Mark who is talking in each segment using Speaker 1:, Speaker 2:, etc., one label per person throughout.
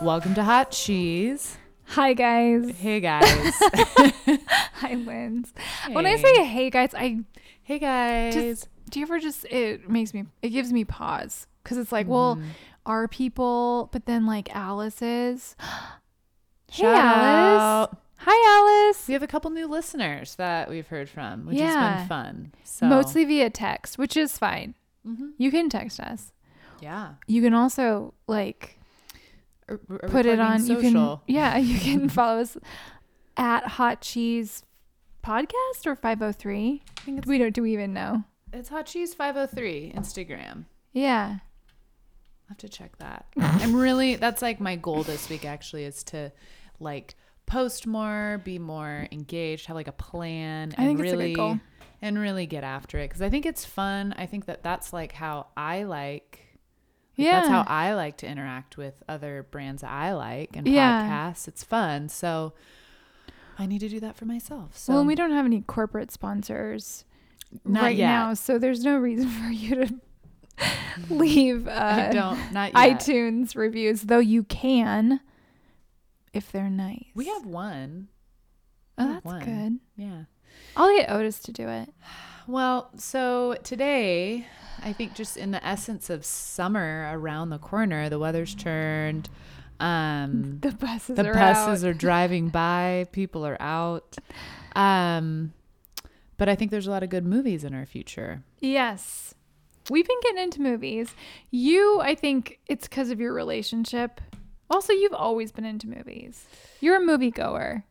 Speaker 1: Welcome to Hot Cheese.
Speaker 2: Hi guys.
Speaker 1: Hey guys.
Speaker 2: Hi Linz. When I say hey guys, I
Speaker 1: hey guys.
Speaker 2: just do you ever just it makes me it gives me pause because it's like, well,
Speaker 1: Mm-hmm.
Speaker 2: are people? But then like Alice is. hey
Speaker 1: Shout
Speaker 2: Alice.
Speaker 1: out.
Speaker 2: Hi Alice.
Speaker 1: We have a couple new listeners that we've heard from, which has
Speaker 2: Yeah.
Speaker 1: been fun. So
Speaker 2: Mostly via text, which is fine.
Speaker 1: Mhm.
Speaker 2: You can text us.
Speaker 1: yeah.
Speaker 2: You can also like
Speaker 1: Or- or
Speaker 2: put it
Speaker 1: recording
Speaker 2: on. You can
Speaker 1: social.
Speaker 2: yeah. You can follow us at Hot Cheese Podcast or five hundred three.
Speaker 1: I think it's,
Speaker 2: We don't. Do we even know?
Speaker 1: it's Hot Cheese 503 Instagram.
Speaker 2: Yeah.
Speaker 1: I have to check that. I'm really that's like my goal this week actually is to like post more, be more engaged, have like a plan.
Speaker 2: I think
Speaker 1: and
Speaker 2: it's a good
Speaker 1: really,
Speaker 2: goal.
Speaker 1: And really get after it because I think it's fun. I think that that's like how I like. like,
Speaker 2: Yeah.
Speaker 1: that's how I like to interact with other brands that I like and
Speaker 2: Yeah.
Speaker 1: podcasts. It's fun, so I need to do that for myself. So
Speaker 2: well, and we don't have any corporate sponsors
Speaker 1: Not
Speaker 2: right
Speaker 1: yet.
Speaker 2: now, so there's no reason for you to leave
Speaker 1: I
Speaker 2: uh,
Speaker 1: don't not yet.
Speaker 2: iTunes reviews, though you can if they're nice.
Speaker 1: We have one.
Speaker 2: oh,
Speaker 1: we have
Speaker 2: that's
Speaker 1: one.
Speaker 2: good.
Speaker 1: Yeah.
Speaker 2: I'll get Otis to do it.
Speaker 1: Well, so today, I think just in the essence of summer around the corner, the weather's turned. Um,
Speaker 2: The buses
Speaker 1: the
Speaker 2: are
Speaker 1: buses
Speaker 2: out.
Speaker 1: are driving by, people are out. Um, but I think there's a lot of good movies in our future.
Speaker 2: Yes, we've been getting into movies. You, I think it's because of your relationship. Also, you've always been into movies. You're a moviegoer.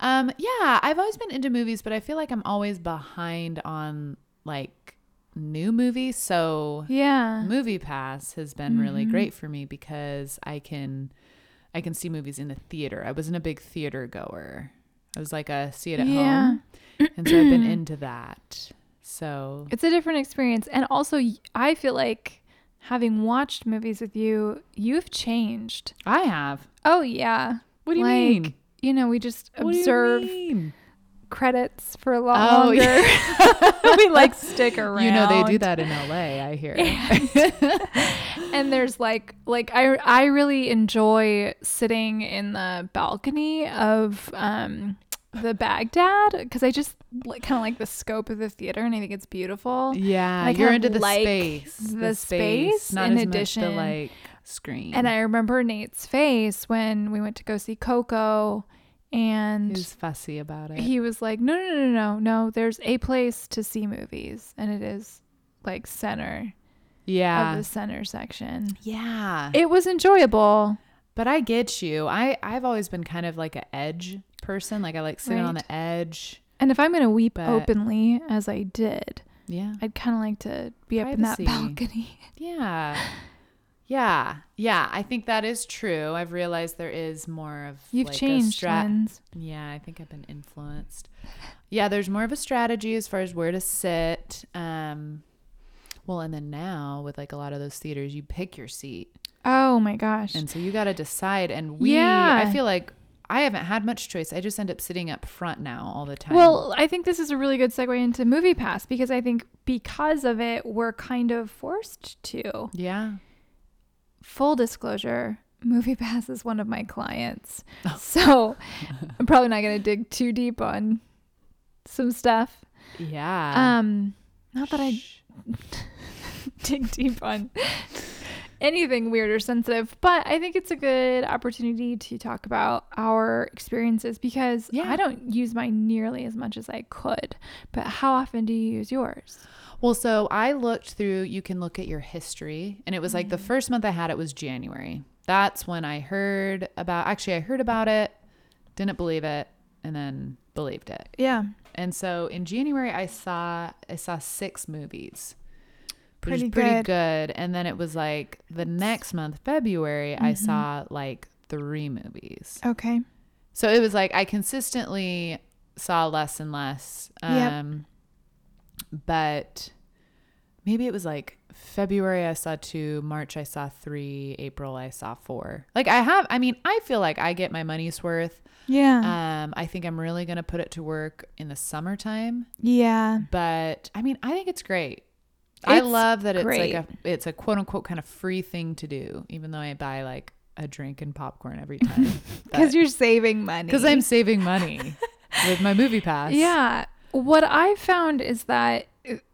Speaker 1: Um, yeah, I've always been into movies, but I feel like I'm always behind on like new movies. So
Speaker 2: Yeah. Mm-hmm.
Speaker 1: movie pass has been really great for me because i can i can see movies in the theater i wasn't a big theater goer i was like a see it at
Speaker 2: Yeah.
Speaker 1: home and so i've been into that so
Speaker 2: It's a different experience. And also, y- I feel like having watched movies with you, you've changed.
Speaker 1: i have
Speaker 2: Oh, yeah.
Speaker 1: what do you
Speaker 2: Like,
Speaker 1: mean
Speaker 2: You know, we just
Speaker 1: What do you
Speaker 2: observe
Speaker 1: mean?
Speaker 2: credits for a lot
Speaker 1: oh
Speaker 2: longer.
Speaker 1: yeah.
Speaker 2: we like stick around.
Speaker 1: you know they do that in la i hear
Speaker 2: And there's like, like I, I really enjoy sitting in the balcony of um, the Baghdad because I just like, kind of like the scope of the theater and I think it's beautiful.
Speaker 1: yeah
Speaker 2: I
Speaker 1: you're
Speaker 2: kind of
Speaker 1: into the
Speaker 2: like
Speaker 1: space
Speaker 2: the space
Speaker 1: not
Speaker 2: in
Speaker 1: as much
Speaker 2: addition.
Speaker 1: the like screen
Speaker 2: And I remember Nate's face when we went to go see Coco and
Speaker 1: He's fussy about it
Speaker 2: he was like, No, no, no, no, no, there's a place to see movies and it is like center
Speaker 1: yeah
Speaker 2: of the center section.
Speaker 1: yeah
Speaker 2: It was enjoyable.
Speaker 1: But I get you. I I've always been kind of like an edge person. Like I like sitting on
Speaker 2: Right.
Speaker 1: the edge.
Speaker 2: And if I'm gonna weep
Speaker 1: But-
Speaker 2: openly as I did,
Speaker 1: Yeah.
Speaker 2: I'd kinda like to be up
Speaker 1: Privacy.
Speaker 2: in that balcony.
Speaker 1: Yeah. Yeah. Yeah. I think that is true. I've realized there is more of
Speaker 2: You've
Speaker 1: like a
Speaker 2: changed
Speaker 1: stra-
Speaker 2: Linz.
Speaker 1: Yeah, I think I've been influenced. Yeah, there's more of a strategy as far as where to sit. Um well, and then now with like a lot of those theaters, you pick your seat.
Speaker 2: Oh my gosh.
Speaker 1: And so you got to decide and we I
Speaker 2: Yeah.
Speaker 1: feel like I haven't had much choice. I just end up sitting up front now all the time.
Speaker 2: Well, I think this is a really good segue into Movie Pass because I think because of it, we're kind of forced to.
Speaker 1: yeah.
Speaker 2: Full disclosure, Movie Pass is one of my clients.
Speaker 1: Oh.
Speaker 2: So I'm probably not going to dig too deep on some stuff.
Speaker 1: Yeah.
Speaker 2: Um, not that I dig deep on anything weird or sensitive, but I think it's a good opportunity to talk about our experiences because
Speaker 1: Yeah.
Speaker 2: I don't use mine nearly as much as I could. But how often do you use yours?
Speaker 1: Well, so I looked through, you can look at your history. And it was
Speaker 2: Mm-hmm.
Speaker 1: like the first month I had it was January. That's when I heard about, actually, I heard about it, didn't believe it, and then believed it.
Speaker 2: Yeah.
Speaker 1: And so in January, I saw, I saw six movies. which is
Speaker 2: Pretty
Speaker 1: pretty
Speaker 2: good.
Speaker 1: good. And then it was like the next month, February, I saw
Speaker 2: Mm-hmm.
Speaker 1: like three movies.
Speaker 2: Okay.
Speaker 1: So it was like I consistently saw less and less.
Speaker 2: Yep.
Speaker 1: Um but maybe it was like February I saw 2, March I saw 3, April I saw 4. Like I have I mean, I feel like I get my money's worth.
Speaker 2: Yeah.
Speaker 1: Um I think I'm really going to put it to work in the summertime,
Speaker 2: yeah.
Speaker 1: but I mean, I think it's great. I
Speaker 2: It's
Speaker 1: love that it's like
Speaker 2: great.
Speaker 1: a it's a quote unquote kind of free thing to do even though I buy like a drink and popcorn every time
Speaker 2: because you're saving money.
Speaker 1: because I'm saving money with my movie pass.
Speaker 2: Yeah. What I found is that it-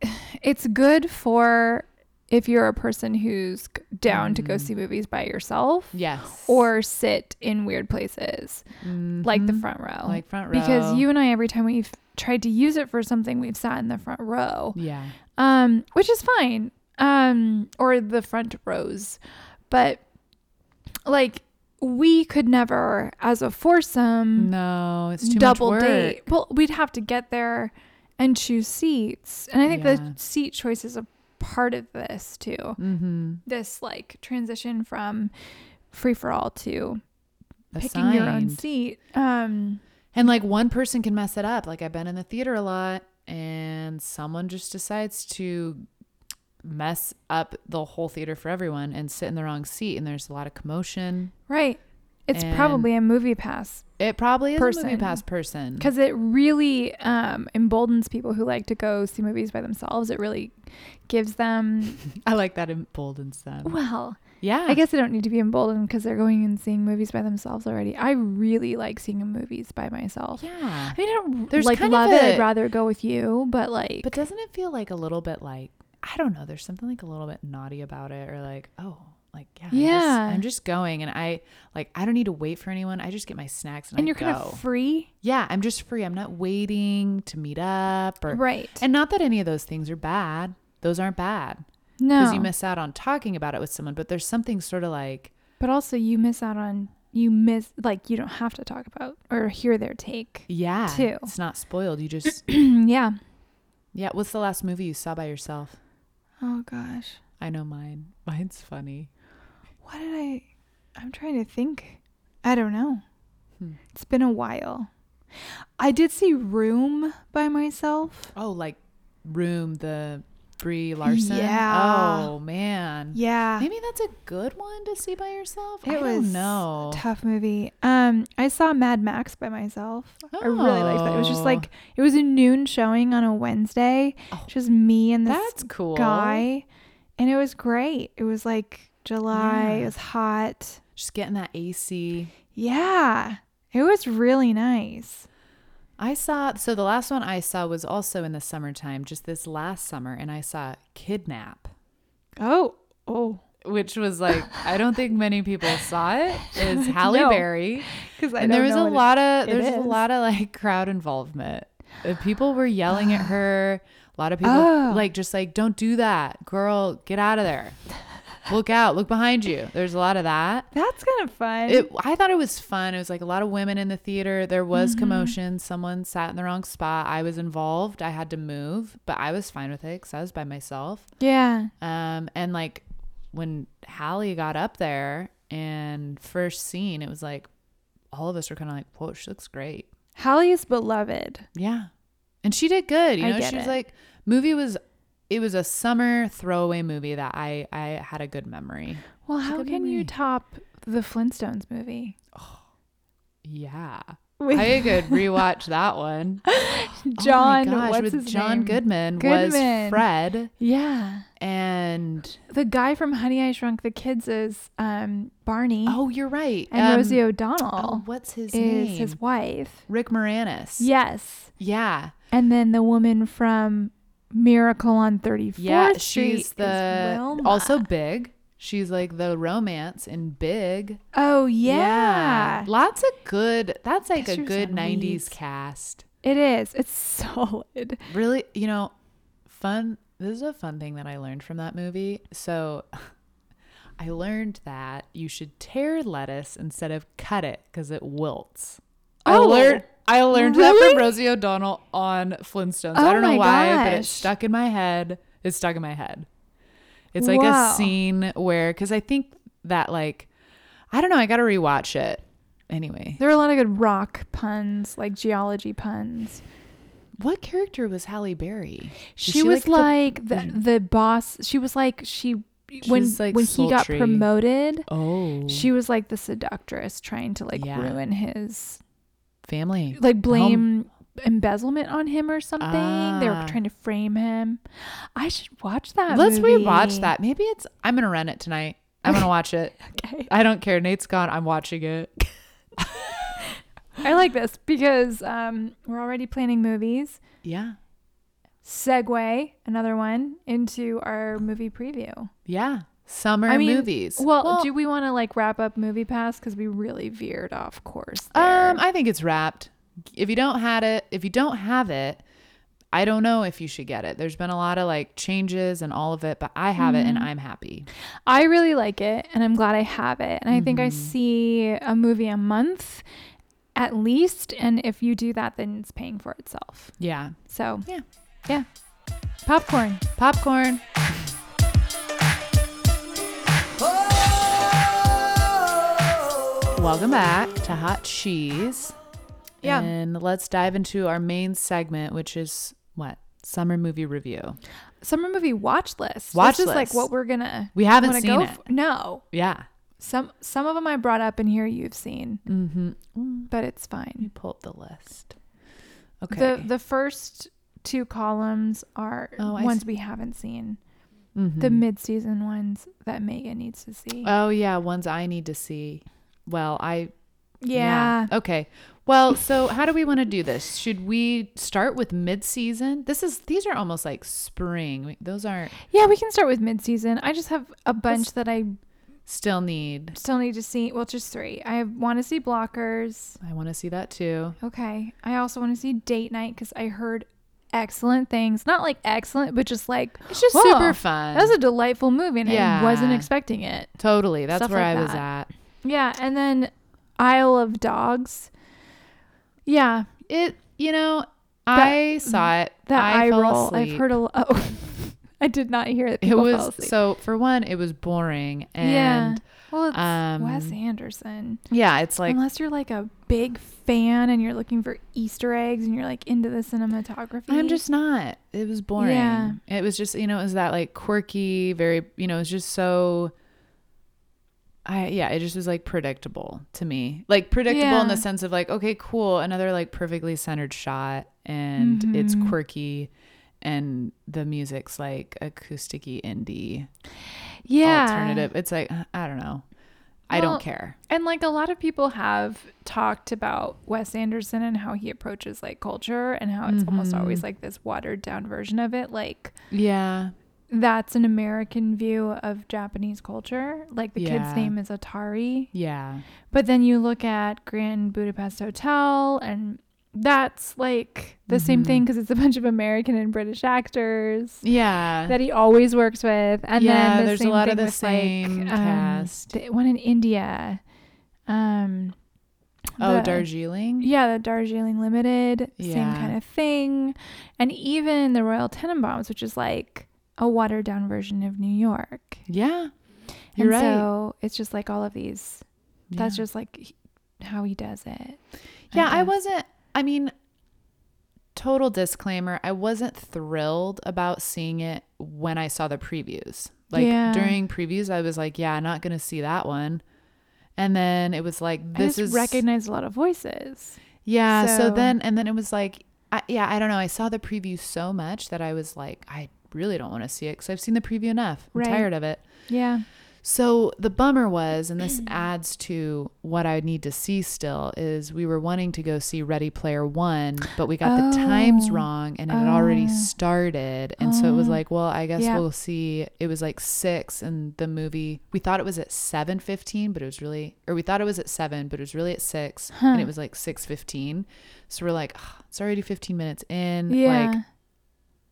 Speaker 2: it's good for if you're a person who's g- down to go see movies by yourself
Speaker 1: Mm. Yes.
Speaker 2: or sit in weird places like the
Speaker 1: Mhm.
Speaker 2: front row.
Speaker 1: like front row
Speaker 2: because you and I every time we've tried to use it for something, we've sat in the front row.
Speaker 1: Yeah.
Speaker 2: Um, which is fine. Um, or the front rows. But like we could never as a foursome
Speaker 1: No, it's too
Speaker 2: Mm. double
Speaker 1: much work.
Speaker 2: date. Well, we'd have to get there and choose seats. And I think
Speaker 1: Yeah.
Speaker 2: the seat choice is a part of this too.
Speaker 1: Mm-hmm.
Speaker 2: This like transition from free for all to picking
Speaker 1: Assigned.
Speaker 2: your own seat. Um
Speaker 1: And like one person can mess it up. Like I've been in the theater a lot and someone just decides to mess up the whole theater for everyone and sit in the wrong seat and there's a lot of commotion.
Speaker 2: right. It's
Speaker 1: And-
Speaker 2: probably a movie pass
Speaker 1: It probably is a movie
Speaker 2: Person.
Speaker 1: pass person.
Speaker 2: because it really um, emboldens people who like to go see movies by themselves. It really gives them,
Speaker 1: I like that emboldens them.
Speaker 2: well,
Speaker 1: Yeah.
Speaker 2: I guess they don't need to be emboldened because they're going and seeing movies by themselves already. I really like seeing movies by myself.
Speaker 1: Yeah.
Speaker 2: I mean, I don't
Speaker 1: There's
Speaker 2: like
Speaker 1: kind of
Speaker 2: love it.
Speaker 1: a-
Speaker 2: I'd rather go with you, but like,
Speaker 1: But doesn't it feel like a little bit like I don't know, there's something like a little bit naughty about it or like, oh, like yeah, I'm just-
Speaker 2: Yeah.
Speaker 1: I'm just, going and I like I don't need to wait for anyone. I just get my snacks and,
Speaker 2: and
Speaker 1: I
Speaker 2: you're
Speaker 1: go.
Speaker 2: kind of free,
Speaker 1: yeah, I'm just free. I'm not waiting to meet up or
Speaker 2: right?
Speaker 1: and not that any of those things are bad. Those aren't bad
Speaker 2: no,
Speaker 1: because you miss out on talking about it with someone. But there's something sort of like
Speaker 2: but also you miss out on you miss like you don't have to talk about or hear their take.
Speaker 1: yeah,
Speaker 2: Too.
Speaker 1: it's not spoiled. You just
Speaker 2: yeah.
Speaker 1: yeah. What's the last movie you saw by yourself?
Speaker 2: Oh gosh,
Speaker 1: I know mine. Mine's funny.
Speaker 2: what did I? I'm trying to think. I don't know.
Speaker 1: Hmm.
Speaker 2: It's been a while. I did see Room by myself.
Speaker 1: Oh, like Room, the Brie Larson.
Speaker 2: Yeah.
Speaker 1: Oh
Speaker 2: Mm.
Speaker 1: man.
Speaker 2: Yeah.
Speaker 1: Maybe that's a good one to see by yourself.
Speaker 2: It
Speaker 1: I
Speaker 2: was
Speaker 1: don't know.
Speaker 2: tough movie. Um, I saw Mad Max by myself. I really liked that. It was just
Speaker 1: Oh.
Speaker 2: like it was a noon showing on a Wednesday.
Speaker 1: Oh.
Speaker 2: Just me and this
Speaker 1: That's cool.
Speaker 2: guy, and it was great. It was like July. It
Speaker 1: Yeah.
Speaker 2: was hot.
Speaker 1: Just getting that AC.
Speaker 2: Yeah, it was really nice.
Speaker 1: I saw so the last one I saw was also in the summertime, just this last summer, and I saw Kidnap,
Speaker 2: Oh, oh,
Speaker 1: which was like I don't think many people saw it. Is Halle
Speaker 2: No.
Speaker 1: Berry,
Speaker 2: because I
Speaker 1: and there
Speaker 2: don't
Speaker 1: was
Speaker 2: know
Speaker 1: a
Speaker 2: what it-
Speaker 1: lot of
Speaker 2: it
Speaker 1: there's a
Speaker 2: is.
Speaker 1: lot of like crowd involvement. Uh, People were yelling at her. A lot of people
Speaker 2: Oh.
Speaker 1: like just like don't do that, girl, get out of there. Look out, look behind you. There's a lot of that.
Speaker 2: That's kind of fun.
Speaker 1: It, I thought it was fun. It was like a lot of women in the theater. There was
Speaker 2: Mm-hmm.
Speaker 1: commotion. Someone sat in the wrong spot. I was involved. I had to move, but I was fine with it because I was by myself.
Speaker 2: yeah.
Speaker 1: Um, and like when Hallie got up there and first seen, it was like all of us were kind of like, "Whoa, she looks great."
Speaker 2: Hallie's beloved.
Speaker 1: Yeah, and she did good. You
Speaker 2: I
Speaker 1: know,
Speaker 2: get
Speaker 1: she was
Speaker 2: it.
Speaker 1: like, movie was. It was a summer throwaway movie that I I had a good memory.
Speaker 2: Well, how
Speaker 1: good
Speaker 2: can you
Speaker 1: memory.
Speaker 2: top the Flintstones movie?
Speaker 1: Yeah,
Speaker 2: With
Speaker 1: I could rewatch that one.
Speaker 2: John,
Speaker 1: oh my gosh,
Speaker 2: what's
Speaker 1: with
Speaker 2: his
Speaker 1: John
Speaker 2: name?
Speaker 1: Goodman, was
Speaker 2: Goodman.
Speaker 1: Fred
Speaker 2: Yeah.
Speaker 1: and
Speaker 2: The guy from Honey I Shrunk the Kids is um, Barney.
Speaker 1: oh, you're right,
Speaker 2: and
Speaker 1: Um,
Speaker 2: Rosie
Speaker 1: oh,
Speaker 2: O'Donnell
Speaker 1: what's his
Speaker 2: is
Speaker 1: name?
Speaker 2: his wife.
Speaker 1: Rick Moranis.
Speaker 2: Yes.
Speaker 1: yeah,
Speaker 2: And then the woman from Miracle on 34th
Speaker 1: yeah.
Speaker 2: Street
Speaker 1: She's
Speaker 2: is
Speaker 1: the
Speaker 2: Wilma.
Speaker 1: also big. She's like the romance in Big.
Speaker 2: Oh yeah.
Speaker 1: lots of good. That's like a
Speaker 2: Pictures
Speaker 1: good
Speaker 2: on
Speaker 1: '90s
Speaker 2: Weeds.
Speaker 1: cast.
Speaker 2: It is. It's solid.
Speaker 1: Really, you know, fun. This is a fun thing that I learned from that movie. So I learned that you should tear lettuce instead of cut it because it wilts. I
Speaker 2: Oh,
Speaker 1: learned I learned that
Speaker 2: really?
Speaker 1: from Rosie O'Donnell on Flintstones.
Speaker 2: Oh
Speaker 1: I don't know
Speaker 2: my
Speaker 1: why, but it
Speaker 2: gosh.
Speaker 1: stuck in my head. It's stuck in my head. It's like
Speaker 2: Wow.
Speaker 1: a scene where because I think that like I don't know, I gotta rewatch it. Anyway.
Speaker 2: There are a lot of good rock puns, like geology puns.
Speaker 1: What character was Halle Berry?
Speaker 2: She,
Speaker 1: she
Speaker 2: was
Speaker 1: like Mm.
Speaker 2: like, the, the boss. She was like she, when
Speaker 1: was, like,
Speaker 2: when he got
Speaker 1: sultry.
Speaker 2: promoted.
Speaker 1: Oh
Speaker 2: She was like the seductress trying to like
Speaker 1: Yeah.
Speaker 2: ruin his
Speaker 1: family.
Speaker 2: like blame embezzlement on him or something. they were
Speaker 1: Ah.
Speaker 2: trying to frame him. I should watch that.
Speaker 1: Let's
Speaker 2: movie.
Speaker 1: rewatch that. Maybe it's. I'm gonna rent it tonight. I'm gonna watch it.
Speaker 2: Okay.
Speaker 1: I don't care. Nate's gone. I'm watching it.
Speaker 2: I like this because um, we're already planning movies.
Speaker 1: Yeah.
Speaker 2: Segue another one into our movie preview.
Speaker 1: Yeah. Summer
Speaker 2: I mean,
Speaker 1: movies.
Speaker 2: Well, do we want to like wrap up Movie Pass because we really veered off course? There.
Speaker 1: um, I think it's wrapped. If you don't had it, if you don't have it, I don't know if you should get it. There's been a lot of like changes and all of it, but I have it and
Speaker 2: Mm-hmm.
Speaker 1: I'm happy.
Speaker 2: I really like it and I'm glad I have it. And I think
Speaker 1: Mm-hmm.
Speaker 2: I see a movie a month at least. And if you do that, then it's paying for itself.
Speaker 1: Yeah.
Speaker 2: So,
Speaker 1: Yeah.
Speaker 2: yeah. Popcorn.
Speaker 1: Popcorn. Welcome back to Hot Cheese.
Speaker 2: Yeah.
Speaker 1: And let's dive into our main segment, which is what? Summer movie review.
Speaker 2: Summer movie watch list.
Speaker 1: Watch
Speaker 2: this is like
Speaker 1: list.
Speaker 2: what we're going to.
Speaker 1: We haven't seen
Speaker 2: go
Speaker 1: it.
Speaker 2: f- no.
Speaker 1: Yeah.
Speaker 2: Some some of them I brought up in here you've seen,
Speaker 1: Mm-hmm.
Speaker 2: but it's
Speaker 1: Let me
Speaker 2: fine.
Speaker 1: pull up the list. Okay.
Speaker 2: The the first two columns are
Speaker 1: Oh, I
Speaker 2: ones
Speaker 1: see.
Speaker 2: we haven't seen.
Speaker 1: Mhm.
Speaker 2: The mid-season ones that Megan needs to see.
Speaker 1: Oh yeah, ones I need to see. Well, I
Speaker 2: yeah.
Speaker 1: Okay. Well, so how do we want to do this? Should we start with mid-season? This is these are almost like spring. We- Those aren't
Speaker 2: Yeah, we can start with mid-season. I just have a bunch that I
Speaker 1: still need.
Speaker 2: still need to see. Well, just three. I want to see Blockers.
Speaker 1: I want to see that too.
Speaker 2: Okay. I also want to see Date Night because I heard excellent things. Not like excellent, but just like
Speaker 1: It's just
Speaker 2: "Whoa,
Speaker 1: super fun.
Speaker 2: That was a delightful movie, and
Speaker 1: Yeah.
Speaker 2: I wasn't expecting it.
Speaker 1: totally. That's
Speaker 2: stuff
Speaker 1: where
Speaker 2: like
Speaker 1: I was
Speaker 2: that.
Speaker 1: at.
Speaker 2: Yeah, and then Isle of Dogs. Yeah,
Speaker 1: It, you know, I saw it.
Speaker 2: that
Speaker 1: I
Speaker 2: eye
Speaker 1: fell
Speaker 2: roll. I've
Speaker 1: asleep.
Speaker 2: heard a lot. Oh, I did not hear that.
Speaker 1: it
Speaker 2: people fell
Speaker 1: was
Speaker 2: asleep.
Speaker 1: so for one, it was boring and
Speaker 2: yeah.
Speaker 1: yeah,
Speaker 2: Well, it's
Speaker 1: um,
Speaker 2: Wes Anderson.
Speaker 1: it's like
Speaker 2: Unless you're like a big fan and you're looking for Easter eggs and you're like into the cinematography.
Speaker 1: I'm just not. It was boring.
Speaker 2: Yeah.
Speaker 1: It was just, you know, it was that like quirky, very, you know, it was just so. I yeah, it just was like predictable to me. Like predictable in
Speaker 2: Yeah.
Speaker 1: the sense of like, okay, cool, another like perfectly centered shot, and it's
Speaker 2: Mm-hmm.
Speaker 1: quirky, and the music's like acousticy indie
Speaker 2: yeah
Speaker 1: alternative. It's like uh, I don't know. I
Speaker 2: Well,
Speaker 1: don't care.
Speaker 2: And like a lot of people have talked about Wes Anderson and how he approaches like culture and how it's almost always like this watered down version of it. Like
Speaker 1: Yeah.
Speaker 2: that's an American view of Japanese culture. Like the
Speaker 1: Yeah.
Speaker 2: kid's name is Atari.
Speaker 1: Yeah.
Speaker 2: But then you look at Grand Budapest Hotel and that's like the same thing because it's a bunch of American and British actors.
Speaker 1: Yeah.
Speaker 2: that he always works with. And
Speaker 1: Yeah,
Speaker 2: then the
Speaker 1: there's a
Speaker 2: same
Speaker 1: lot of
Speaker 2: thing
Speaker 1: the
Speaker 2: with,
Speaker 1: same
Speaker 2: like,
Speaker 1: cast.
Speaker 2: Um, the one in India. Um,
Speaker 1: oh,
Speaker 2: the-
Speaker 1: Darjeeling.
Speaker 2: Yeah, the Darjeeling Limited, same
Speaker 1: Yeah.
Speaker 2: kind of thing. And even the Royal Tenenbaums, which is like a watered down version of New York.
Speaker 1: Yeah. You're
Speaker 2: and
Speaker 1: right.
Speaker 2: So it's just like all of these. That's
Speaker 1: Yeah.
Speaker 2: just like he- how he does it.
Speaker 1: Yeah, I
Speaker 2: guess.
Speaker 1: wasn't. I mean, total disclaimer: I wasn't thrilled about seeing it when I saw the previews. Like
Speaker 2: Yeah.
Speaker 1: during previews, I was like, "Yeah, not gonna see that one." And then it was like,
Speaker 2: I
Speaker 1: "This
Speaker 2: just
Speaker 1: is
Speaker 2: recognize a lot of voices.
Speaker 1: yeah." So.
Speaker 2: so-
Speaker 1: then, and then it was like, I, "Yeah, I don't know." I saw the preview so much that I was like, "I really don't want to see it because I've seen the preview enough. I'm
Speaker 2: Right.
Speaker 1: tired of it."
Speaker 2: Yeah.
Speaker 1: So the bummer was, and this adds to what I need to see still, is we were wanting to go see Ready Player One, but we got the times
Speaker 2: Oh.
Speaker 1: wrong and it had already
Speaker 2: Oh.
Speaker 1: started. And so it was
Speaker 2: Oh.
Speaker 1: like, well, I guess
Speaker 2: Yeah.
Speaker 1: we'll see. It was like six and the movie we thought it was at seven fifteen, but it was really or we thought it was at seven, but it was really at six and it was like six fifteen. So we're like, "Ugh, it's already fifteen minutes in.
Speaker 2: Yeah.
Speaker 1: Like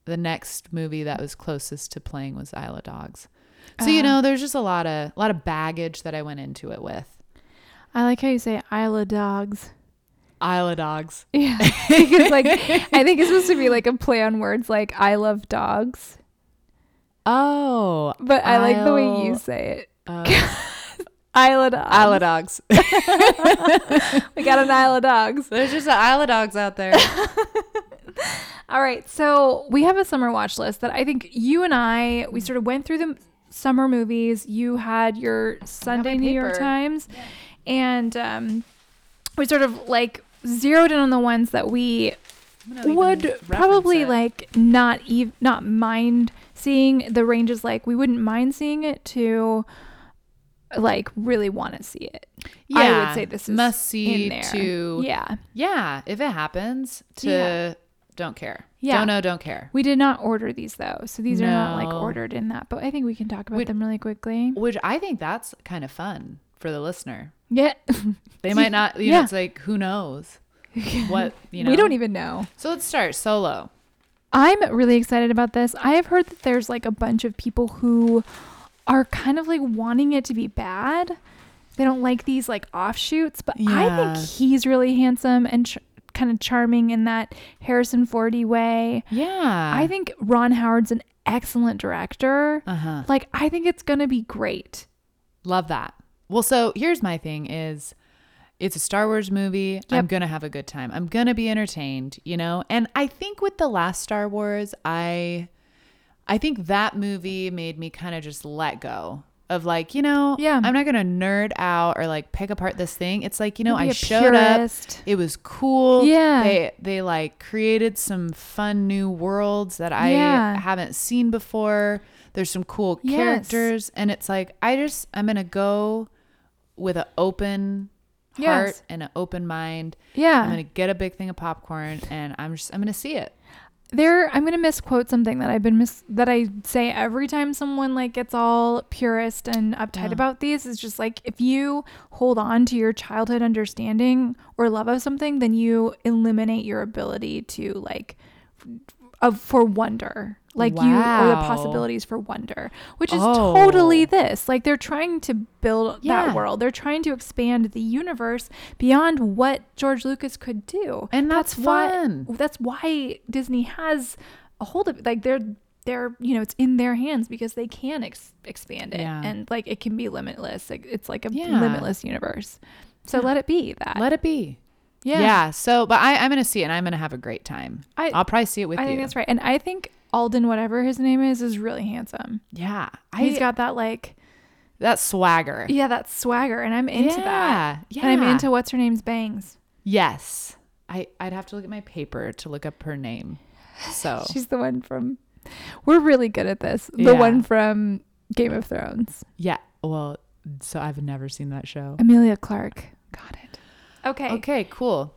Speaker 1: the next movie that was closest to playing was Isle of Dogs. So
Speaker 2: Uh-huh.
Speaker 1: you know, there's just a lot of a lot of baggage that I went into it with.
Speaker 2: I like how you say Isle of Dogs.
Speaker 1: Isle of Dogs.
Speaker 2: Yeah, because like I think it's supposed to be like a play on words, like I love dogs,
Speaker 1: Oh,
Speaker 2: but I like the way you
Speaker 1: Isle-
Speaker 2: say it.
Speaker 1: uh,
Speaker 2: Isle of dogs.
Speaker 1: Isle of Dogs.
Speaker 2: we got an Isle of dogs.
Speaker 1: there's just an Isle of Dogs out there.
Speaker 2: All right, so we have a summer watch list that I think you and I we sort of went through the m- summer movies. You had your Sunday New York
Speaker 1: paper.
Speaker 2: Times, and um, we sort of like zeroed in on the ones that we would probably like not even not mind seeing the range is like we wouldn't mind seeing it to like really want to see it.
Speaker 1: Yeah,
Speaker 2: I would say this is
Speaker 1: must see
Speaker 2: in there.
Speaker 1: to yeah.
Speaker 2: yeah.
Speaker 1: if it happens to
Speaker 2: Yeah.
Speaker 1: don't care.
Speaker 2: Yeah.
Speaker 1: don't know, don't care.
Speaker 2: We did not order these though, so these are not like
Speaker 1: No.
Speaker 2: ordered in that. But I think we can talk about
Speaker 1: We-
Speaker 2: them really quickly.
Speaker 1: Which I think that's kind of fun for the listener.
Speaker 2: Yeah,
Speaker 1: They might not. You
Speaker 2: Yeah.
Speaker 1: know, it's like who knows what you know.
Speaker 2: we don't even know.
Speaker 1: So let's start solo.
Speaker 2: I'm really excited about this. I have heard that there's like a bunch of people who are kind of like wanting it to be bad. They don't like these like offshoots, but I
Speaker 1: Yeah.
Speaker 2: think he's really handsome and ch- kind of charming in that Harrison Fordy way.
Speaker 1: Yeah.
Speaker 2: I think Ron Howard's an excellent director.
Speaker 1: Uh huh.
Speaker 2: Like I think it's going to be great.
Speaker 1: Love that. Well, so here's my thing is it's a Star Wars movie. I'm going to have a good time. I'm going to be entertained, you know? And I think with the last Star Wars, I I think that movie made me kind of just let go of like, you know,
Speaker 2: Yeah.
Speaker 1: I'm not going to nerd out or like pick apart this thing. It's like, you know,
Speaker 2: Don't be
Speaker 1: I
Speaker 2: a
Speaker 1: showed
Speaker 2: purist.
Speaker 1: up. It was cool.
Speaker 2: Yeah.
Speaker 1: They they like created some fun new worlds that I
Speaker 2: Yeah.
Speaker 1: haven't seen before. There's some cool
Speaker 2: Yes.
Speaker 1: characters and it's like I just I'm going to go with an open heart
Speaker 2: Yes.
Speaker 1: and an open mind.
Speaker 2: Yeah.
Speaker 1: I'm going to get a big thing of popcorn and I'm just I'm going to see it.
Speaker 2: there i'm gonna misquote something that i've been mis that i say every time someone like gets all purist and uptight about these is just like if you hold on to your childhood understanding or love of something then you eliminate your ability to like f- of for wonder like you or the
Speaker 1: Wow.
Speaker 2: possibilities for wonder which is
Speaker 1: Oh.
Speaker 2: totally this like they're trying to build
Speaker 1: Yeah.
Speaker 2: that world they're trying to expand the universe beyond what george lucas could do
Speaker 1: And that's
Speaker 2: why-
Speaker 1: fun.
Speaker 2: that's why Disney has a hold of it. Like they're they're you know it's in their hands because they can ex- expand it
Speaker 1: Yeah.
Speaker 2: and like it can be limitless. Like, it's like a
Speaker 1: Yeah.
Speaker 2: limitless universe. So let it be that.
Speaker 1: Let it be.
Speaker 2: yeah,
Speaker 1: so but I I'm going to see it and I'm going to have a great time.
Speaker 2: I-
Speaker 1: I, will probably see it with
Speaker 2: I
Speaker 1: you.
Speaker 2: think that's right. And I think Alden, whatever his name is, is really handsome.
Speaker 1: Yeah. I
Speaker 2: He's got that like
Speaker 1: that swagger.
Speaker 2: yeah that swagger, and I'm into that.
Speaker 1: Yeah.
Speaker 2: And I'm
Speaker 1: yeah.
Speaker 2: into what's her name's bangs.
Speaker 1: Yes. I, I'd have to look at my paper to look up her name. So
Speaker 2: She's the one from. We're really good at this. The
Speaker 1: Oh. Yeah.
Speaker 2: one from Game of Thrones.
Speaker 1: yeah. Well, so I've never seen that show.
Speaker 2: Amelia Clark. Got it. Okay.
Speaker 1: Okay, cool.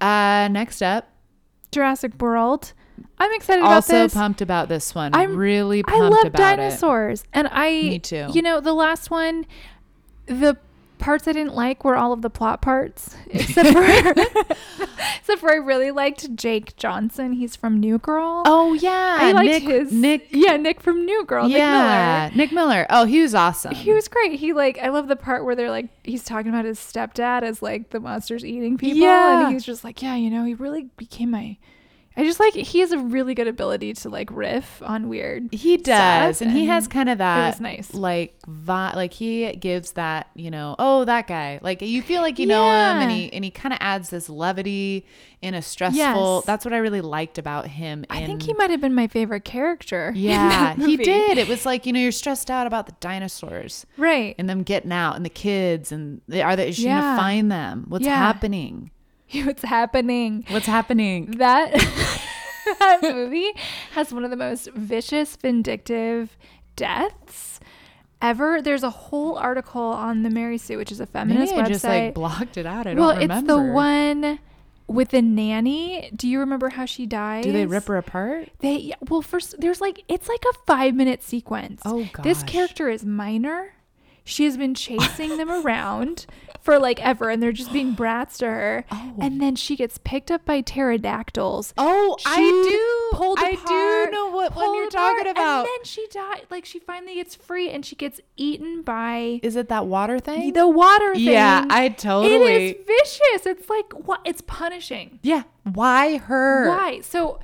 Speaker 1: Uh next up.
Speaker 2: Jurassic World. I'm excited about
Speaker 1: also
Speaker 2: this.
Speaker 1: pumped about this one.
Speaker 2: I'm-
Speaker 1: I'm really
Speaker 2: I
Speaker 1: pumped
Speaker 2: love
Speaker 1: about
Speaker 2: dinosaurs, and I
Speaker 1: Me too.
Speaker 2: You know, the last one, the parts I didn't like were all of the plot parts, except for except for I really liked Jake Johnson. He's from New Girl.
Speaker 1: it. Oh yeah.
Speaker 2: I liked
Speaker 1: Nick,
Speaker 2: his
Speaker 1: Nick
Speaker 2: Yeah, Nick from New Girl.
Speaker 1: yeah,
Speaker 2: Nick Miller.
Speaker 1: Nick Miller. Oh, he was awesome.
Speaker 2: He was great. He like I love the part where they're like he's talking about his stepdad as like the monsters eating people,
Speaker 1: Yeah.
Speaker 2: and he's just like, yeah, you know, he really became my. I just like he has a really good ability to like riff on weird
Speaker 1: He does,
Speaker 2: stuff,
Speaker 1: and he
Speaker 2: and
Speaker 1: has kind of that
Speaker 2: was nice.
Speaker 1: like vi- like he gives that you know oh that guy like you feel like you know him, and
Speaker 2: Yeah.
Speaker 1: he and he kind of adds this levity in a stressful.
Speaker 2: Yes.
Speaker 1: That's what I really liked about him. In,
Speaker 2: I think he might have been my favorite character. in
Speaker 1: Yeah,
Speaker 2: that
Speaker 1: he
Speaker 2: movie.
Speaker 1: did. It was like you know you're stressed out about the dinosaurs
Speaker 2: Right.
Speaker 1: and them getting out and the kids and they, are they is she
Speaker 2: Yeah.
Speaker 1: gonna find them? What's
Speaker 2: Yeah.
Speaker 1: happening? Mm-hmm.
Speaker 2: What's happening?
Speaker 1: What's happening?
Speaker 2: That that movie has one of the most vicious, vindictive deaths ever. There's a whole article on the Mary Sue, which is a
Speaker 1: Maybe
Speaker 2: feminist
Speaker 1: I
Speaker 2: website.
Speaker 1: just like blocked it out. I don't
Speaker 2: well,
Speaker 1: remember.
Speaker 2: it's the one with the nanny. Do you remember how she died?
Speaker 1: Do they rip her apart?
Speaker 2: They yeah, well first there's like it's like a five minute sequence.
Speaker 1: Oh,
Speaker 2: This
Speaker 1: gosh.
Speaker 2: character is minor. She has been chasing them around for like ever, and they're just being brats to her. And then she gets picked up by pterodactyls.
Speaker 1: Oh,
Speaker 2: Chewed,
Speaker 1: I do.
Speaker 2: Pulled
Speaker 1: I do
Speaker 2: apart,
Speaker 1: know what one
Speaker 2: pulled
Speaker 1: you're
Speaker 2: apart,
Speaker 1: talking about.
Speaker 2: And then she died. Like she finally gets free, and she gets eaten by
Speaker 1: Is it that water thing?
Speaker 2: the water thing.
Speaker 1: Yeah, I totally.
Speaker 2: It is vicious. It's like what? It's punishing.
Speaker 1: yeah. Why her?
Speaker 2: Why? So